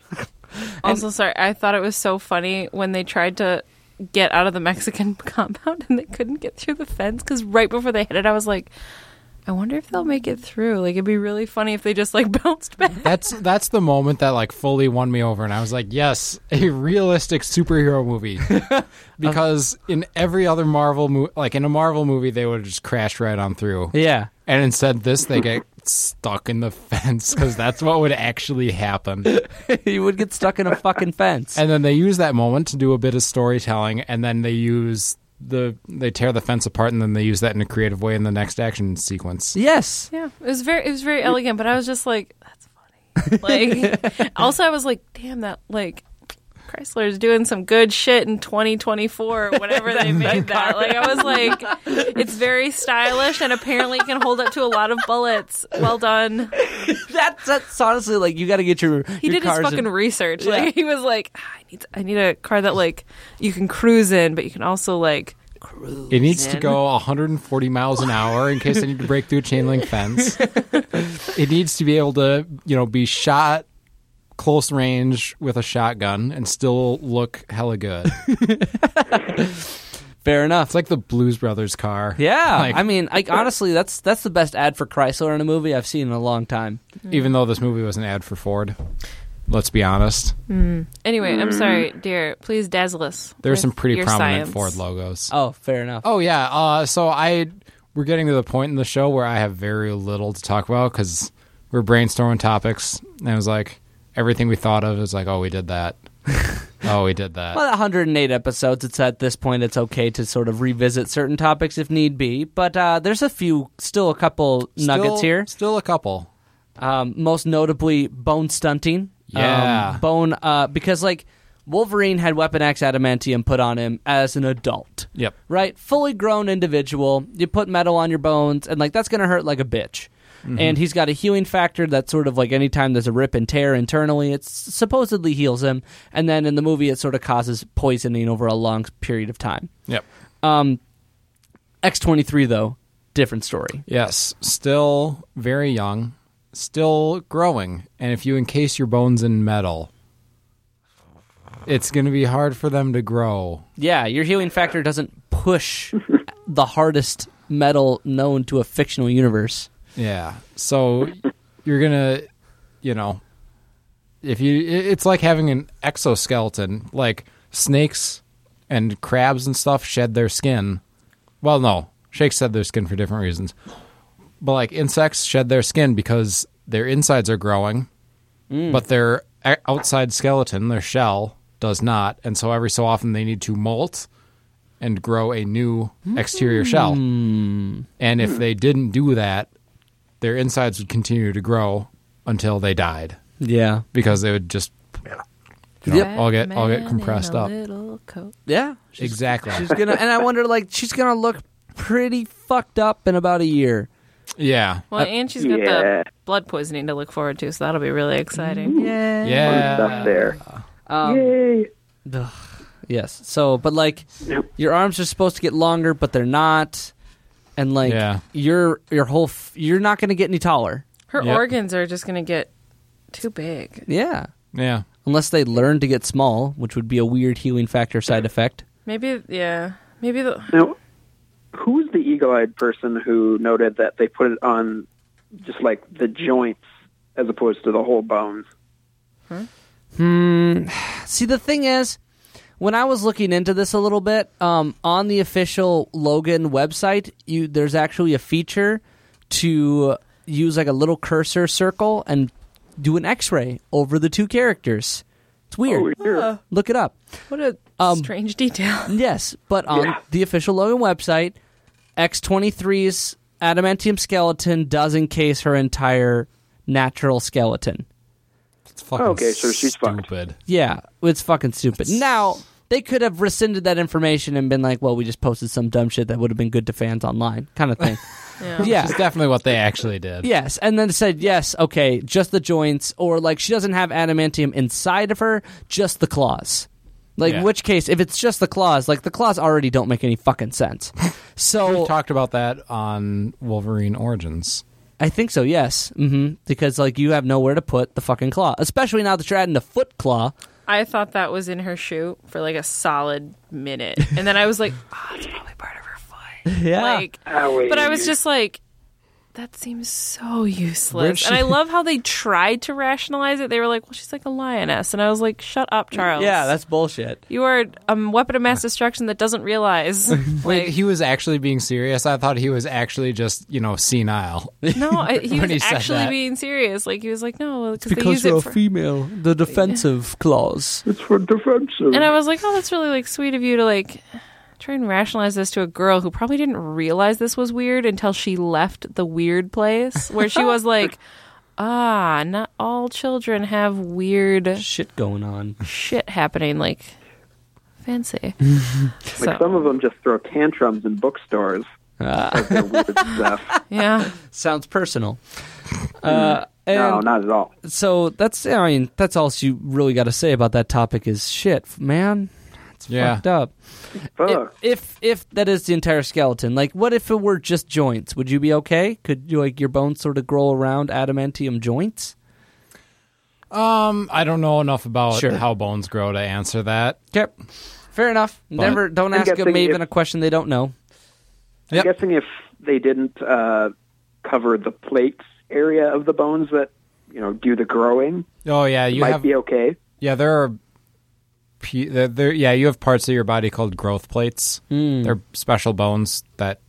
Speaker 5: Also, sorry, I thought it was so funny when they tried to get out of the Mexican *laughs* compound and they couldn't get through the fence because right before they hit it, I was like, I wonder if they'll make it through. Like, it'd be really funny if they just like *laughs* bounced back.
Speaker 4: That's that's the moment that like fully won me over, and I was like, yes, a realistic superhero movie. because in every other Marvel movie, like in a Marvel movie, they would just crash right on through,
Speaker 2: Yeah.
Speaker 4: and instead this they get stuck in the *laughs* fence because that's what would actually happen.
Speaker 2: *laughs* you would get stuck in a fucking fence.
Speaker 4: And then they use that moment to do a bit of storytelling, and then they use the they tear the fence apart, and then they use that in a creative way in the next action sequence.
Speaker 2: yes.
Speaker 5: Yeah, it was very it was very elegant, but I was just like, that's
Speaker 2: *laughs*
Speaker 5: funny. Like, also I was like, damn that like. Chrysler's doing some good shit in 2024 or whatever
Speaker 2: *laughs*
Speaker 5: they made that. Like I was like, it's very stylish and apparently can hold up to a lot of bullets. Well done.
Speaker 2: That's that's honestly like you got to get your
Speaker 5: He
Speaker 2: your
Speaker 5: did his
Speaker 2: cars
Speaker 5: fucking
Speaker 2: in-
Speaker 5: research.
Speaker 2: Yeah.
Speaker 5: Like he was like, "Ah, I need I need a car that like you can cruise in, but you can also like cruise.
Speaker 4: It needs to
Speaker 5: in.
Speaker 4: go 140 miles an hour in case I need to break through a chain link fence.
Speaker 5: *laughs*
Speaker 4: it needs to be able to, you know, be shot close range with a shotgun and still look hella good. It's
Speaker 2: fair enough.
Speaker 4: like the Blues Brothers car.
Speaker 2: yeah,
Speaker 4: Like,
Speaker 2: I mean, I, honestly, that's that's the best ad for Chrysler in a movie I've seen in a long time.
Speaker 4: even though this movie was an ad for Ford, let's be honest,
Speaker 5: Anyway, I'm
Speaker 2: Mm.
Speaker 5: sorry, dear. Please dazzle us.
Speaker 4: there's
Speaker 5: with
Speaker 4: some pretty
Speaker 5: Mm-hmm. your
Speaker 4: prominent
Speaker 5: science.
Speaker 4: Ford logos.
Speaker 2: Oh, fair enough.
Speaker 4: Oh yeah. Uh, so I we're getting to the point in the show where I have very little to talk about because we were brainstorming topics, and it was like everything we thought of is like, oh, we did *laughs* that. oh, we did that.
Speaker 2: Well, 108 episodes. It's at this point, it's okay to sort of revisit certain topics if need be. But uh, there's a few, still a couple nuggets
Speaker 4: Still-
Speaker 2: here.
Speaker 4: Still a couple.
Speaker 2: Um, most notably, bone stunting.
Speaker 4: Yeah.
Speaker 2: Um, bone, uh, because like Wolverine had Weapon X adamantium put on him as an adult.
Speaker 4: Yep.
Speaker 2: Right? Fully grown individual. You put metal on your bones, and like that's going to hurt like a bitch. And he's got a healing factor that's sort of like anytime there's a rip and tear internally, it supposedly heals him. And then in the movie, it sort of causes poisoning over a long period of time.
Speaker 4: Yep.
Speaker 2: X23, though, different story.
Speaker 4: Yes, still very young, still growing. And if you encase your bones in metal, it's going to be hard for them to grow.
Speaker 2: Yeah, your healing factor doesn't *laughs* push the hardest metal known to a fictional universe.
Speaker 4: Yeah. So you're going to, you know, if you i- it's like having an exoskeleton, like snakes and crabs and stuff shed their skin. Well, no. Shakes shed their skin for different reasons. But like insects shed their skin because their insides are growing, but their o- outside skeleton, their shell, does not. And so every so often they need to molt and grow a new exterior shell. And if they didn't do that, their insides would continue to grow until they died
Speaker 2: Yeah.
Speaker 4: because they would just you know, all get all get compressed up.
Speaker 2: Yeah.
Speaker 4: Exactly.
Speaker 2: She's gonna and I wonder like she's gonna look pretty fucked up in about a year.
Speaker 4: Yeah.
Speaker 5: Well, and she's got
Speaker 3: yeah.
Speaker 5: the blood poisoning to look forward to, so that'll be really exciting.
Speaker 3: stuff
Speaker 4: Yeah.
Speaker 3: there.
Speaker 2: Yes. So but like your arms are supposed to get longer but they're not. And like
Speaker 4: Yeah.
Speaker 2: your your whole f- you're not gonna get any taller.
Speaker 5: Her
Speaker 4: Yep.
Speaker 5: organs are just going to get too big.
Speaker 2: Yeah.
Speaker 4: Yeah.
Speaker 2: Unless they learn to get small, which would be a weird healing factor side effect.
Speaker 5: Maybe, yeah. Maybe the.
Speaker 3: Now, who's the eagle-eyed person who noted that they put it on just like the joints as opposed to the whole bones?
Speaker 2: See, the thing is, when I was looking into this a little bit, um, on the official Logan website, you there's actually a feature to use like a little cursor circle and do an X-ray over the two characters. It's weird.
Speaker 3: Oh, sure.
Speaker 2: Look it up.
Speaker 5: What a
Speaker 2: *laughs*
Speaker 5: strange detail.
Speaker 2: Yes, but on the official Logan website, X23's adamantium skeleton does encase her entire natural skeleton.
Speaker 4: It's fucking
Speaker 3: Okay, so she's fucked.
Speaker 4: stupid.
Speaker 2: Yeah, it's fucking stupid. Now they could have rescinded that information and been like, "Well, we just posted some dumb shit that would have been good to fans online," kind of thing.
Speaker 5: Yeah.
Speaker 2: yeah,
Speaker 4: It's definitely what they actually did.
Speaker 2: yes, and then said, "Yes, okay, just the joints," or like she doesn't have adamantium inside of her, just the claws. Like,
Speaker 4: Yeah.
Speaker 2: which case, if it's just the claws, like the claws already don't make any fucking sense. So
Speaker 4: We talked about that on Wolverine Origins.
Speaker 2: I think so, yes, hmm because like you have nowhere to put the fucking claw, especially now that you're adding the foot claw.
Speaker 5: I thought that was in her shoe for like a solid minute. And then I was like, oh, it's probably part of her foot.
Speaker 2: Yeah,
Speaker 5: Like, but I was just like, that seems so useless.
Speaker 4: Where'd
Speaker 5: And
Speaker 4: she-
Speaker 5: I love how they tried to rationalize it. They were like, well, she's like a lioness. And I was like, shut up, Charles.
Speaker 2: yeah, that's bullshit.
Speaker 5: You are a weapon of mass destruction that doesn't realize.
Speaker 4: Wait, he was actually being serious. I thought he was actually just, you know, senile. *laughs*
Speaker 5: No, I, he
Speaker 4: When
Speaker 5: was
Speaker 4: he said
Speaker 5: actually
Speaker 4: that.
Speaker 5: being serious. Like he was like, no, because they
Speaker 2: Because
Speaker 5: use
Speaker 2: you're
Speaker 5: it
Speaker 2: a
Speaker 5: for.
Speaker 2: female, the defensive clause.
Speaker 3: It's for defensive.
Speaker 5: and I was like, oh, that's really like sweet of you to like try and rationalize this to a girl who probably didn't realize this was weird until she left the weird place where she
Speaker 4: *laughs*
Speaker 5: was like, ah, not all children have weird
Speaker 2: Shit going on.
Speaker 5: shit happening. Like
Speaker 4: *laughs*
Speaker 5: fancy.
Speaker 3: like
Speaker 5: so
Speaker 3: some of them just throw tantrums in bookstores. Like they're
Speaker 5: *laughs*
Speaker 3: weird stuff.
Speaker 4: *laughs*
Speaker 5: yeah,
Speaker 2: Sounds personal.
Speaker 3: No, not at all.
Speaker 2: So that's I mean that's all you really got to say about that topic is shit, man. It's
Speaker 4: Yeah.
Speaker 2: fucked up.
Speaker 3: Fuck.
Speaker 2: If if that is the entire skeleton, like what if it were just joints? Would you be okay? Could you, like your bones sort of grow around adamantium joints?
Speaker 4: Um, I don't know enough about
Speaker 2: Sure.
Speaker 4: how bones grow to answer that.
Speaker 2: Yep. Fair enough. Never don't
Speaker 3: I'm
Speaker 2: ask them
Speaker 3: guessing
Speaker 2: even
Speaker 3: if-
Speaker 2: a question they don't know.
Speaker 4: Yep.
Speaker 3: I'm guessing if they didn't uh, cover the plates area of the bones that you know do the growing,
Speaker 4: Oh yeah, you
Speaker 3: might
Speaker 4: have
Speaker 3: be okay.
Speaker 4: Yeah, there are. pe- There, there, yeah, you have parts of your body called growth plates. They're special bones that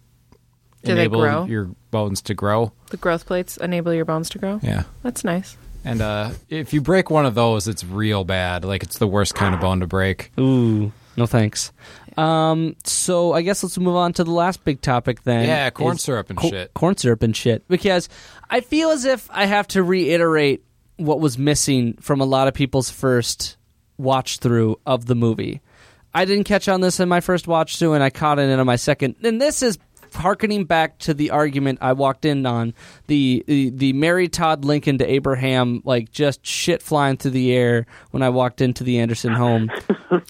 Speaker 5: Do they
Speaker 4: enable
Speaker 5: grow?
Speaker 4: your bones to grow.
Speaker 5: The growth plates enable your bones to grow.
Speaker 4: Yeah.
Speaker 5: That's nice.
Speaker 4: And uh, if you break one of those, it's real bad. Like it's the worst kind of bone to break.
Speaker 2: Ooh, no thanks. Um, so I guess let's move on to the last big topic then.
Speaker 4: Yeah, corn
Speaker 2: is
Speaker 4: syrup and shit.
Speaker 2: Corn syrup and shit. Because I feel as if I have to reiterate what was missing from a lot of people's first watch through of the movie. I didn't catch on this in my first watch through, and I caught it in my second. And this is harkening back to the argument I walked in on the the, the Mary Todd Lincoln to Abraham, like just shit flying through the air when I walked into the Anderson home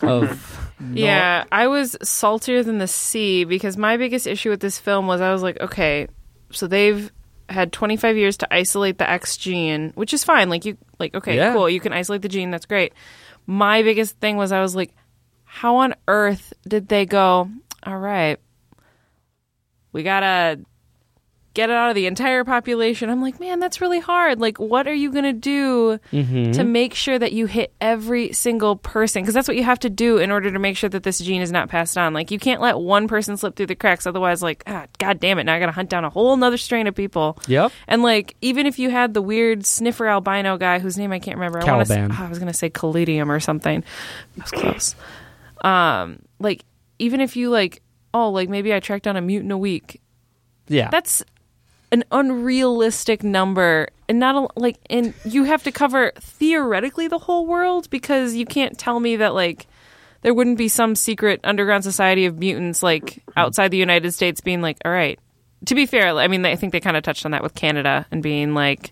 Speaker 2: of
Speaker 5: Yeah, I was saltier than the sea because my biggest issue with this film was I was like, okay, so they've had 25 years to isolate the X gene, which is fine. Like you like okay,
Speaker 2: Yeah.
Speaker 5: cool, you can isolate the gene, that's great. My biggest thing was I was like, how on earth did they go, all right. We got to get it out of the entire population. I'm like, man, that's really hard. Like, what are you going to do to make sure that you hit every single person? Because that's what you have to do in order to make sure that this gene is not passed on. Like, you can't let one person slip through the cracks. Otherwise, like, ah, God damn it. Now I got to hunt down a whole nother strain of people.
Speaker 2: Yep.
Speaker 5: And, like, even if you had the weird sniffer albino guy whose name I can't remember, I, wanna say,
Speaker 2: Caliban.
Speaker 5: oh, I was going to say Callidium or something. I was close Um, like even if you like oh like maybe i tracked down a mutant a week
Speaker 2: yeah.
Speaker 5: that's an unrealistic number and not a, like and you have to cover theoretically the whole world because you can't tell me that like there wouldn't be some secret underground society of mutants like outside the united states being like all right to be fair i mean i think they kind of touched on that with canada and being like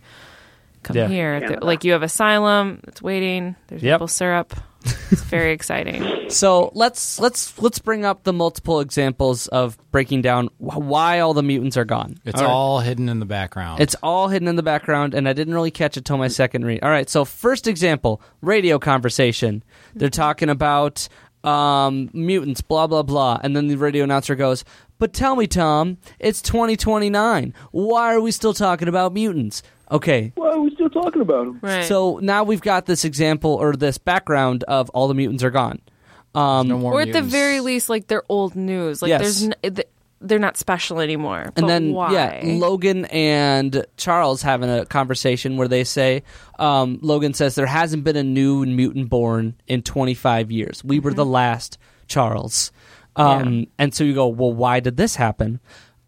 Speaker 5: come
Speaker 2: Yeah.
Speaker 5: here Th- like you have asylum it's waiting there's
Speaker 2: Yep.
Speaker 5: maple syrup it's very *laughs* exciting
Speaker 2: So let's let's let's bring up the multiple examples of breaking down wh- why all the mutants are gone.
Speaker 4: It's
Speaker 2: All right.
Speaker 4: all hidden in the background.
Speaker 2: It's all hidden in the background, and I didn't really catch it till my second read. All right, so first example radio conversation. They're talking about um, mutants, blah, blah, blah. And then the radio announcer goes, But tell me, Tom, it's 2029. Why are we still talking about mutants? Okay,
Speaker 3: Why are we still talking about them?
Speaker 5: right
Speaker 2: so now we've got this example or this background of all the mutants are gone. Um,
Speaker 4: no more
Speaker 5: or at the
Speaker 4: mutants.
Speaker 5: very least like they're old news like
Speaker 2: Yes.
Speaker 5: there's n- th- they're not special anymore
Speaker 2: and
Speaker 5: But
Speaker 2: then
Speaker 5: why?
Speaker 2: yeah logan and charles having a conversation where they say um, logan says there hasn't been a new mutant born in 25 years we were the
Speaker 5: Mm-hmm.
Speaker 2: last charles um, and so you go well why did this happen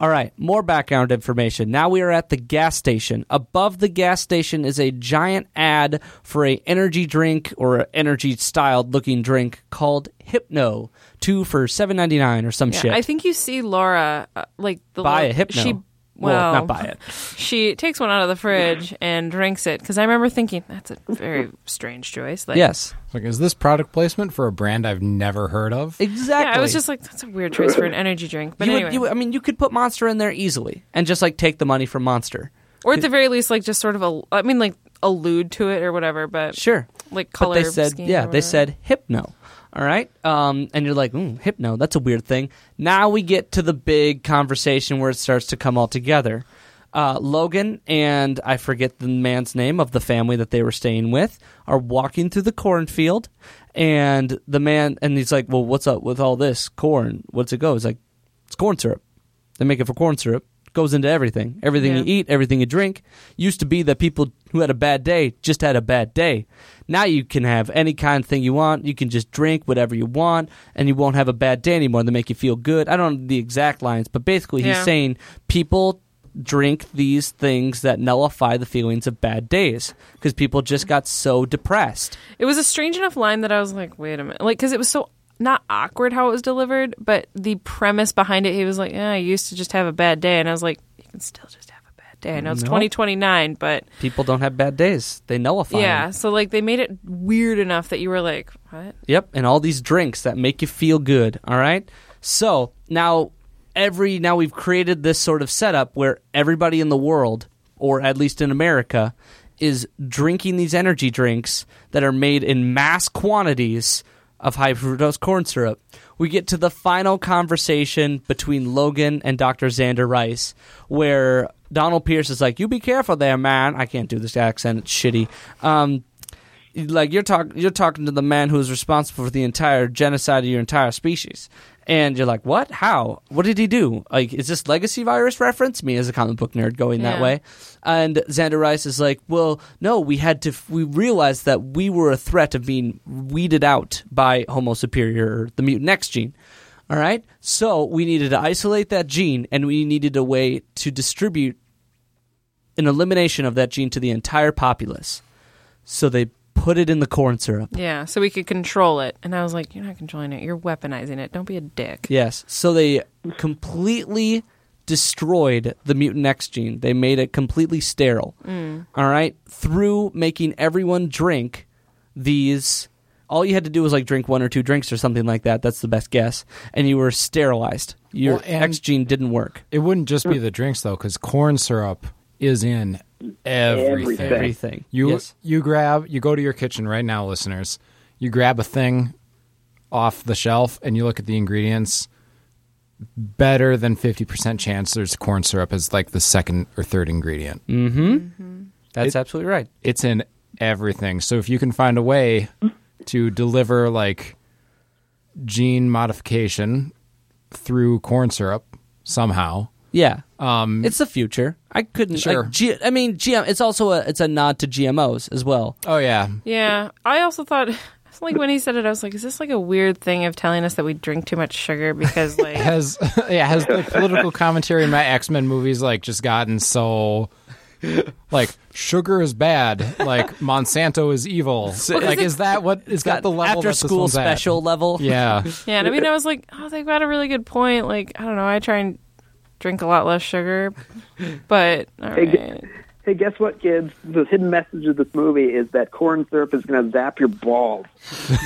Speaker 2: all right more background information now we are at the gas station above the gas station is a giant ad for a energy drink or energy styled looking drink called hypno two for 7.99 or some
Speaker 5: Yeah,
Speaker 2: shit
Speaker 5: i think you see laura uh, like the
Speaker 2: buy
Speaker 5: lo-
Speaker 2: a hypno
Speaker 5: she
Speaker 2: well,
Speaker 5: well,
Speaker 2: not buy it
Speaker 5: *laughs* she takes one out of the fridge and drinks it because i remember thinking that's a very strange choice like
Speaker 2: Yes,
Speaker 4: It's like, is this product placement for a brand I've never heard of?
Speaker 2: exactly.
Speaker 5: yeah i was just like that's a weird choice for an energy drink but
Speaker 2: you
Speaker 5: anyway
Speaker 2: would, you would- I mean, you could put Monster in there easily and just like take the money from Monster.
Speaker 5: or at the very least like just sort of a i mean like allude to it or whatever but
Speaker 2: Sure,
Speaker 5: like
Speaker 2: but
Speaker 5: color
Speaker 2: they said,
Speaker 5: scheme
Speaker 2: yeah,
Speaker 5: or
Speaker 2: they
Speaker 5: whatever.
Speaker 2: said Hypno. All right, um, and you're like, mm, Hypno, that's a weird thing. Now we get to the big conversation where it starts to come all together. Uh, Logan and I forget the man's name of the family that they were staying with are walking through the cornfield, and the man and he's like, "Well, what's up with all this corn? What's it go?" He's like, "It's corn syrup." They make it for corn syrup. Goes into everything. Everything
Speaker 5: Yeah.
Speaker 2: you eat, everything you drink. Used to be that people who had a bad day just had a bad day. Now you can have any kind of thing you want. You can just drink whatever you want, and you won't have a bad day anymore. They make you feel good. I don't know the exact lines, but basically he's
Speaker 5: Yeah.
Speaker 2: saying people drink these things that nullify the feelings of bad days because people just got so depressed.
Speaker 5: It was a strange enough line that I was like, wait a minute. Like, because it was so not awkward how it was delivered, but the premise behind it, he was like, yeah, I used to just have a bad day. And I was like, you can still just have a bad day. I know it's
Speaker 2: No.
Speaker 5: 2029, but
Speaker 2: People don't have bad days. They nullify. 'em.
Speaker 5: yeah. So, like, they made it weird enough that you were like, what?
Speaker 2: Yep, and all these drinks that make you feel good. All right. So now every now we've created this sort of setup where everybody in the world, or at least in America, is drinking these energy drinks that are made in mass quantities of high fructose corn syrup. We get to the final conversation between Logan and Dr. Xander Rice, where Donald Pierce is like, "You be careful there, man." I can't do this accent; it's shitty. Um, like you're talking you're talking to the man who is responsible for the entire genocide of your entire species and you're like, "What? How? What did he do? Like, is this legacy virus reference?" Me as a comic book nerd going that
Speaker 5: Yeah.
Speaker 2: way, and Xander Rice is like, "Well, no, we had to. We realized that we were a threat of being weeded out by Homo superior, or the mutant X gene. All right, so we needed to isolate that gene, and we needed a way to distribute an elimination of that gene to the entire populace. So they put it in the corn syrup."
Speaker 5: Yeah, so we could control it. And I was like, you're not controlling it. You're weaponizing it. Don't be a dick.
Speaker 2: Yes. So they completely destroyed the mutant X gene. They made it completely sterile. All right. Through making everyone drink these. All you had to do was like drink one or two drinks or something like that. That's the best guess. And you were sterilized. Your
Speaker 4: Well, and-
Speaker 2: X gene didn't work.
Speaker 4: It wouldn't just be the drinks though, because corn syrup is in everything.
Speaker 3: Everything.
Speaker 2: Everything.
Speaker 4: You
Speaker 2: yes.
Speaker 4: you grab you go to your kitchen right now, listeners. You grab a thing off the shelf and you look at the ingredients. Better than fifty percent chance there's corn syrup as like the second or third ingredient.
Speaker 2: That's absolutely right.
Speaker 4: It's in everything. So if you can find a way to deliver like gene modification through corn syrup somehow,
Speaker 2: Yeah. Um, it's the future. I couldn't.
Speaker 4: Sure.
Speaker 2: Like, G- I mean, GM. It's also a. It's a nod to GMOs as well.
Speaker 4: Oh yeah,
Speaker 5: Yeah. I also thought, *laughs* like, when he said it, I was like, is this like a weird thing of telling us that we drink too much sugar? Because, like,
Speaker 4: has *laughs* yeah has the political commentary in my X Men movies like just gotten so like sugar is bad, like Monsanto
Speaker 2: *laughs*
Speaker 4: is evil. Like is that what is that the level
Speaker 2: after
Speaker 4: that this
Speaker 2: school
Speaker 4: one's at?
Speaker 2: special level. *laughs*
Speaker 4: Yeah,
Speaker 5: yeah. And I mean, I was like, oh, they've got a really good point. Like, I don't know. I try and drink a lot
Speaker 3: *laughs*
Speaker 5: less sugar, but, all
Speaker 3: Hey, g-
Speaker 5: right.
Speaker 3: Hey, guess what, kids? The hidden message of this movie is that corn syrup is going to zap your balls.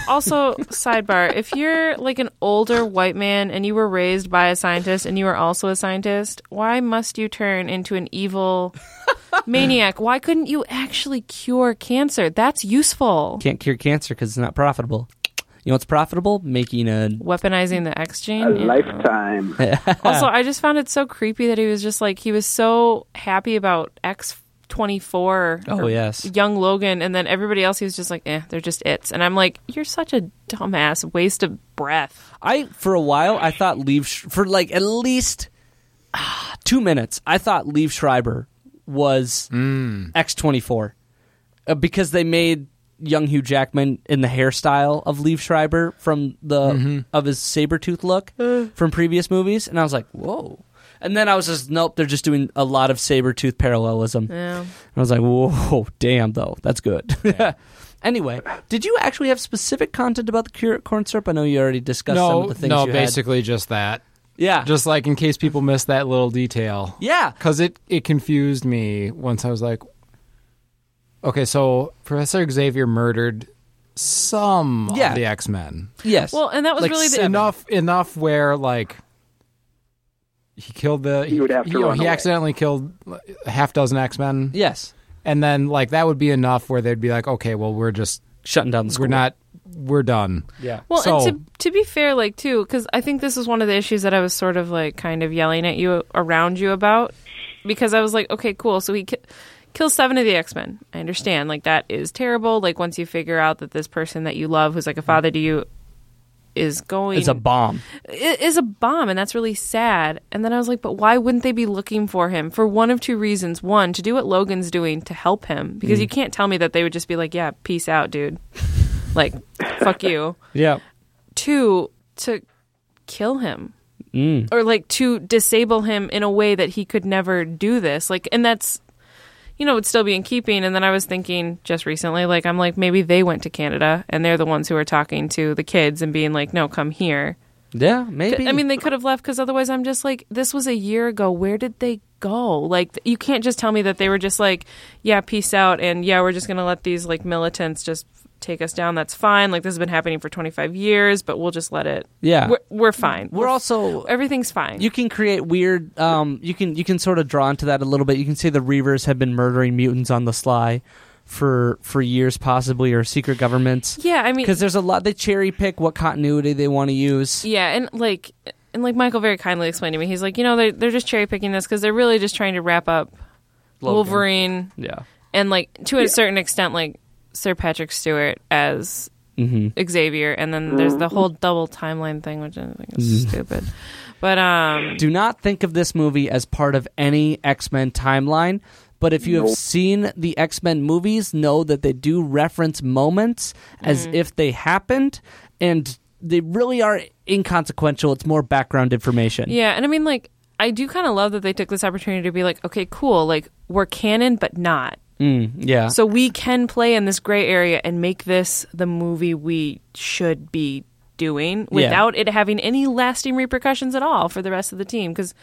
Speaker 5: also sidebar if you're like an older white man and you were raised by a scientist and you are also a scientist why must you turn into an
Speaker 3: *laughs*
Speaker 5: evil maniac why couldn't you actually cure cancer that's useful
Speaker 2: can't cure cancer because it's not profitable. You know what's profitable? Making a
Speaker 5: weaponizing the x
Speaker 3: A
Speaker 5: gene Yeah.
Speaker 3: lifetime.
Speaker 5: also i just found it so creepy that he was just like he was so happy about x 24
Speaker 2: Oh, yes.
Speaker 5: young logan and then everybody else he was just like eh they're just its and i'm like you're such a dumbass waste of breath
Speaker 2: I for a while I thought Leave Sh- for like at least ah, two minutes. I thought Leave Schreiber was X twenty four because they made young Hugh Jackman in the hairstyle of Leave Schreiber from the of his saber tooth look from previous movies, and I was like, whoa. And then I was just nope. They're just doing a lot of saber tooth parallelism.
Speaker 5: yeah
Speaker 2: I was like, whoa, *laughs* damn, though. That's good. *laughs* anyway, did you actually have specific content about the cure- corn syrup? I know you already discussed some of
Speaker 4: no,
Speaker 2: the things
Speaker 4: no,
Speaker 2: you
Speaker 4: basically just that.
Speaker 2: had. Yeah.
Speaker 4: Just like in case people miss that little detail.
Speaker 2: yeah.
Speaker 4: because it it confused me once I was like, okay, so Professor Xavier murdered some
Speaker 2: Yeah.
Speaker 4: of the X Men.
Speaker 2: Yes.
Speaker 5: well and that was
Speaker 4: like
Speaker 5: really the
Speaker 4: enough enough where like he killed the he
Speaker 3: would have to
Speaker 4: he,
Speaker 3: run
Speaker 4: he
Speaker 3: away.
Speaker 4: accidentally killed a half dozen X-Men
Speaker 2: yes.
Speaker 4: and then like that would be enough where they'd be like okay well we're just
Speaker 2: Shutting down the school.
Speaker 4: we're not we're done
Speaker 2: Yeah.
Speaker 5: Well,
Speaker 4: So-
Speaker 5: and to, to be fair, like, too, because I think this is one of the issues that I was sort of like kind of yelling at you around you about because I was like, okay, cool. So he ki- kills seven of the X Men. I understand. Like, that is terrible. Like, once you figure out that this person that you love, who's like a father to you, is going
Speaker 2: It's a bomb.
Speaker 5: i- is a bomb and that's really sad and then i was like but why wouldn't they be looking for him for one of two reasons one to do what logan's doing to help him because you can't tell me that they would just be like yeah peace out dude like fuck you
Speaker 2: Yeah.
Speaker 5: two to kill him or like to disable him in a way that he could never do this like and that's you know would still be in keeping and then i was thinking just recently like i'm like maybe they went to canada and they're the ones who are talking to the kids and being like no come here
Speaker 2: Yeah, maybe.
Speaker 5: I mean, they could have left because otherwise, I'm just like, this was a year ago. Where did they go? Like, th- you can't just tell me that they were just like, yeah, peace out, and yeah, we're just gonna let these like militants just take us down. That's fine. Like, this has been happening for 25 years, but we'll just let it.
Speaker 2: Yeah.
Speaker 5: we're, we're fine.
Speaker 2: We're also.
Speaker 5: everything's fine.
Speaker 2: You can create weird. Um, you can you can sort of draw into that a little bit. You can say the Reavers have been murdering mutants on the sly for for years, possibly, or secret governments.
Speaker 5: yeah, I mean,
Speaker 2: Because there's a lot. They cherry pick what continuity they want to use.
Speaker 5: Yeah, and like and like Michael very kindly explained to me, he's like, you know, they're they're just cherry picking this because they're really just trying to wrap up
Speaker 2: Logan.
Speaker 5: Wolverine
Speaker 2: Yeah.
Speaker 5: and like to a certain extent, like Sir Patrick Stewart as Xavier, and then there's the whole double timeline thing, which I think is stupid. But um,
Speaker 2: Do not think of this movie as part of any X Men timeline. But if you have seen the X Men movies, know that they do reference moments as
Speaker 5: Mm.
Speaker 2: if they happened, and they really are inconsequential. It's more background information.
Speaker 5: yeah, and I mean, like, I do kind of love that they took this opportunity to be like, okay, cool, like we're canon, but not.
Speaker 2: Mm, yeah.
Speaker 5: So we can play in this gray area and make this the movie we should be doing without it having any lasting repercussions at all for the rest of the team. Because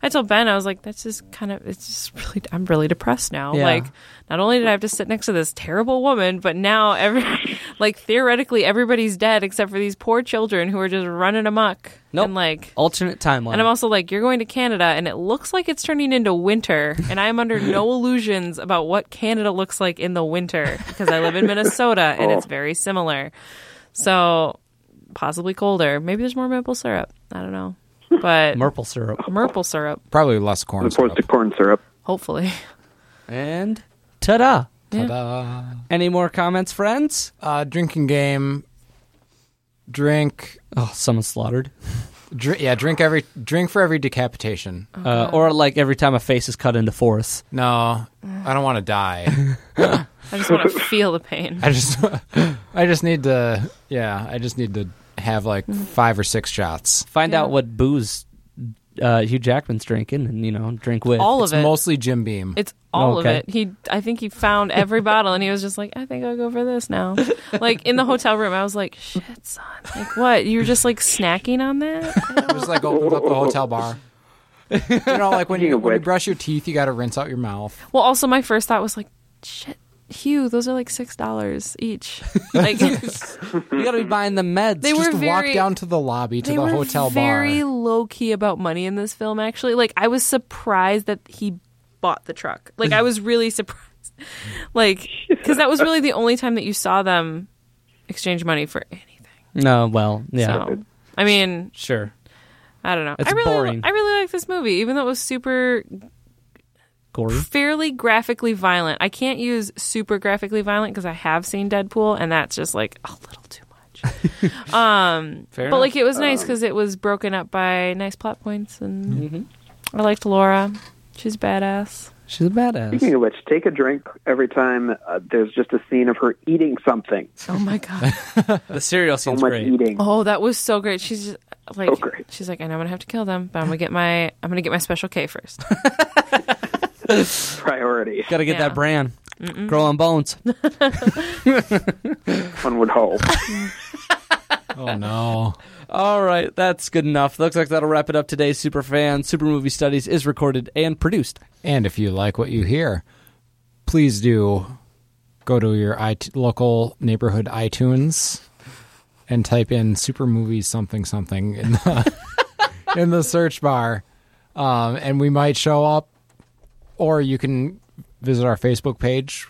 Speaker 5: I told Ben, I was like, that's just kind of, it's just really, I'm really depressed now.
Speaker 2: Yeah.
Speaker 5: Like, not only did I have to sit next to this terrible woman, but now every, *laughs* like, theoretically, everybody's dead except for these poor children who are just running amok.
Speaker 2: Nope.
Speaker 5: And like,
Speaker 2: alternate timeline.
Speaker 5: and I'm also like, you're going to Canada, and it looks like it's turning into winter, and I
Speaker 4: *laughs*
Speaker 5: am under no illusions about what Canada looks like in the winter because I live in Minnesota and
Speaker 4: Oh.
Speaker 5: it's very similar. So possibly colder. Maybe there's more maple syrup. I don't know, but
Speaker 2: Merple syrup.
Speaker 5: maple syrup.
Speaker 4: Probably less corn.
Speaker 3: As opposed
Speaker 4: syrup.
Speaker 3: to corn syrup.
Speaker 5: Hopefully, *laughs*
Speaker 2: And ta da!
Speaker 4: Ta-da.
Speaker 2: Any more comments, friends?
Speaker 4: Uh, drinking game. Drink,
Speaker 2: Oh, someone slaughtered.
Speaker 4: drink, yeah, drink every drink for every decapitation.
Speaker 5: Oh, Uh-huh.
Speaker 2: Uh, or like every time a face is cut into fourths.
Speaker 4: No, I don't want to die.
Speaker 5: I
Speaker 4: *laughs*
Speaker 5: just want to feel the pain.
Speaker 4: I just, *laughs* I just need to, yeah, I just need to have like
Speaker 5: Mm-hmm.
Speaker 4: five or six shots.
Speaker 2: Find
Speaker 5: Yeah.
Speaker 2: out what booze uh, Hugh Jackman's drinking, and you know, drink with.
Speaker 5: All
Speaker 4: It's
Speaker 5: of it.
Speaker 4: mostly Jim Beam.
Speaker 5: It's all
Speaker 2: Okay.
Speaker 5: of it. He, I think he
Speaker 4: *laughs*
Speaker 5: found every bottle, and he was just like, "I think I'll go for this now." like in the hotel room, I was like, "Shit, son! Like what? You were just like snacking on that?"
Speaker 4: It just like opens up the hotel bar. you know, like when
Speaker 3: Speaking
Speaker 4: you
Speaker 3: of
Speaker 4: when you
Speaker 3: which-
Speaker 4: brush your teeth, you got to rinse out your mouth.
Speaker 5: Well, also my first thought was like, "Shit, Hugh, those are like six dollars
Speaker 4: *laughs*
Speaker 5: each." Like
Speaker 2: You *laughs* gotta be buying the meds.
Speaker 5: *laughs* They
Speaker 4: just
Speaker 5: were
Speaker 4: walk
Speaker 5: very-
Speaker 4: down to the lobby to
Speaker 5: they
Speaker 4: the
Speaker 5: were
Speaker 4: hotel
Speaker 5: very
Speaker 4: bar.
Speaker 5: low key about money in this film. Actually, like I was surprised that he bought the truck. Like I was really surprised. *laughs* Like because that was really the only time that you saw them exchange money for anything.
Speaker 2: no, well, yeah,
Speaker 5: So, I mean,
Speaker 2: sure.
Speaker 5: I don't know.
Speaker 2: It's
Speaker 5: I really,
Speaker 2: boring.
Speaker 5: I really like this movie, even though it was super
Speaker 2: Corey,
Speaker 5: fairly graphically violent. I can't use super graphically violent because I have seen Deadpool, and that's just like a little too much.
Speaker 2: fair.
Speaker 5: But like, it was
Speaker 3: Um,
Speaker 5: nice because it was broken up by nice plot points, and
Speaker 3: Mm-hmm.
Speaker 5: I liked Laura. She's badass.
Speaker 2: she's a
Speaker 3: Speaking
Speaker 2: badass.
Speaker 3: of which, take a drink every time uh, there's just a scene of her eating something.
Speaker 5: Oh my god.
Speaker 2: The cereal
Speaker 3: So
Speaker 2: scene's
Speaker 3: much
Speaker 2: great.
Speaker 3: eating.
Speaker 5: *laughs* Oh, that was so great. She's just like,
Speaker 3: So great.
Speaker 5: she's like, I know I'm gonna have to kill them, but I'm gonna get my, I'm gonna get my special
Speaker 3: *laughs*
Speaker 5: K first.
Speaker 3: Priority.
Speaker 2: Gotta get
Speaker 5: Yeah.
Speaker 2: that brand. Growing *laughs* bones.
Speaker 3: One would hope.
Speaker 4: Oh no!
Speaker 2: All right, that's good enough. Looks like that'll wrap it up today. Super fan, Super Movie Studies is recorded and produced.
Speaker 4: And if you like what you hear, please do go to your it- local neighborhood iTunes and type in "super movies something something" in the *laughs* in the search bar, um, and we might show up. Or you can visit our Facebook page.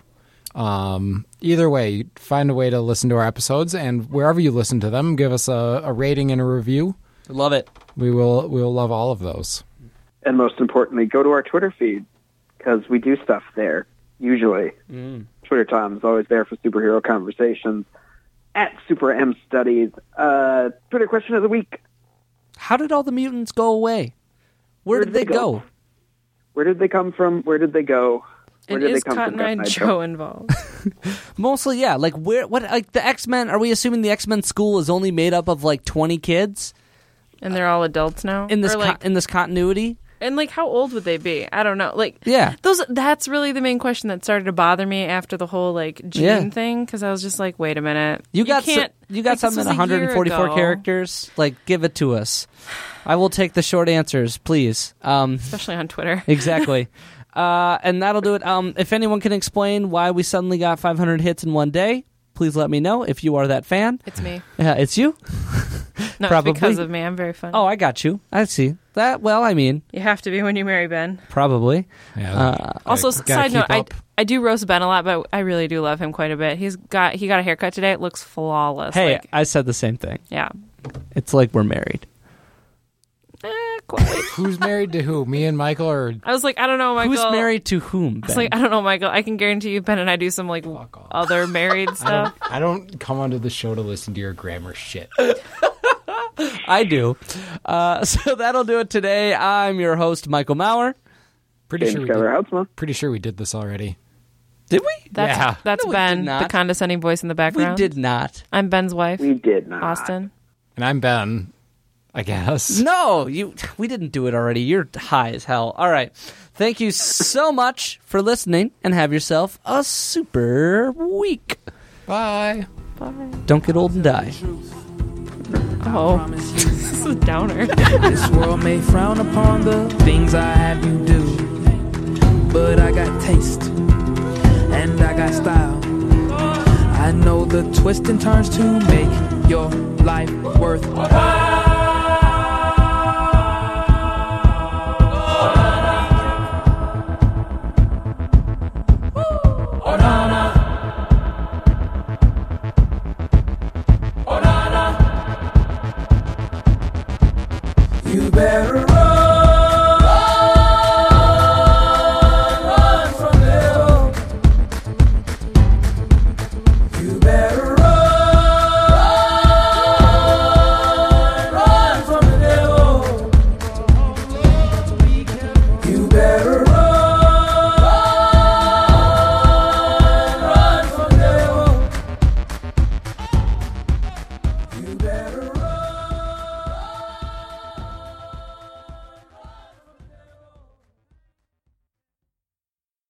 Speaker 4: Um, either way, find a way to listen to our episodes, and wherever you listen to them, give us a, a rating and a review.
Speaker 2: Love it.
Speaker 4: We will we will love all of those.
Speaker 3: and most importantly, go to our Twitter feed because we do stuff there usually.
Speaker 4: Mm.
Speaker 3: Twitter Tom's always there for superhero conversations at Super M Studies. Uh, Twitter question of the week:
Speaker 2: How did all the mutants go away? Where, did they, go?
Speaker 3: Where did they come from? Where did they go? Where
Speaker 5: and
Speaker 3: did
Speaker 5: is
Speaker 3: they come
Speaker 5: Cotton
Speaker 3: from?
Speaker 5: Eye
Speaker 3: Cotton Eye
Speaker 5: Joe involved?
Speaker 2: Mostly, yeah. Like where? What? Like the X Men? Are we assuming the X Men school is only made up of like twenty kids
Speaker 5: and they're all adults now.
Speaker 2: in this
Speaker 5: Or, like,
Speaker 2: co- in this continuity?
Speaker 5: and like how old would they be i don't know like
Speaker 2: Yeah.
Speaker 5: those that's really the main question that started to bother me after the whole like gene
Speaker 2: Yeah.
Speaker 5: thing because i was just like wait a minute
Speaker 2: You got so-
Speaker 5: can't
Speaker 2: you got
Speaker 5: like, this
Speaker 2: something
Speaker 5: was
Speaker 2: at
Speaker 5: a year
Speaker 2: 144
Speaker 5: ago.
Speaker 2: characters. Like, give it to us. I will take the short answers, please. Um,
Speaker 5: especially on twitter
Speaker 2: *laughs* exactly. uh, and that'll do it. Um, if anyone can explain why we suddenly got 500 hits in one day, please let me know. If you are that fan,
Speaker 5: it's me
Speaker 2: uh, it's you.
Speaker 5: not
Speaker 2: Probably.
Speaker 5: because of me i'm very funny
Speaker 2: Oh, I got you. I see that. Well, I mean,
Speaker 5: you have to be when you marry ben
Speaker 2: probably.
Speaker 4: Yeah,
Speaker 5: also
Speaker 4: gotta
Speaker 5: side note
Speaker 4: keep
Speaker 5: I,
Speaker 4: up.
Speaker 5: I do roast ben a lot but i really do love him quite a bit he's got he got a haircut today it looks flawless
Speaker 2: Hey,
Speaker 5: like,
Speaker 2: I said the same thing.
Speaker 5: yeah
Speaker 2: It's like we're married.
Speaker 5: Eh, look like?
Speaker 4: Who's married to who? Me and Michael or
Speaker 5: I was like, I don't know, Michael.
Speaker 2: Who's married to whom?
Speaker 5: It's
Speaker 2: Ben?
Speaker 5: like I don't know, Michael. I can guarantee you, Ben and I do some like
Speaker 4: off.
Speaker 2: *laughs*
Speaker 5: other married stuff.
Speaker 4: I don't come onto the show to listen to your grammar shit.
Speaker 2: I do. Uh, *laughs* so that'll do it today. I'm your host, Michael Maurer.
Speaker 4: Pretty sure
Speaker 3: James
Speaker 4: we
Speaker 3: Cover
Speaker 4: did,
Speaker 3: Houseman.
Speaker 4: pretty sure we did this already.
Speaker 2: Did we?
Speaker 5: That's
Speaker 4: Yeah.
Speaker 5: that's
Speaker 2: No, we did
Speaker 5: Ben, the
Speaker 2: not.
Speaker 5: condescending voice in the
Speaker 2: We
Speaker 5: background.
Speaker 2: did not.
Speaker 5: I'm Ben's wife,
Speaker 3: We did not.
Speaker 5: Austin.
Speaker 4: And I'm Ben, I
Speaker 2: *laughs*
Speaker 4: guess.
Speaker 2: No, you. We didn't do it already. You're high as hell. All right. Thank you so much for listening, and have yourself a super week.
Speaker 4: Bye.
Speaker 2: Don't get old and die.
Speaker 5: Oh, *laughs* this is a downer.
Speaker 9: This world may frown upon the things I had you do, but I got taste and I got style. I know the twists and turns to make your life worthwhile. You better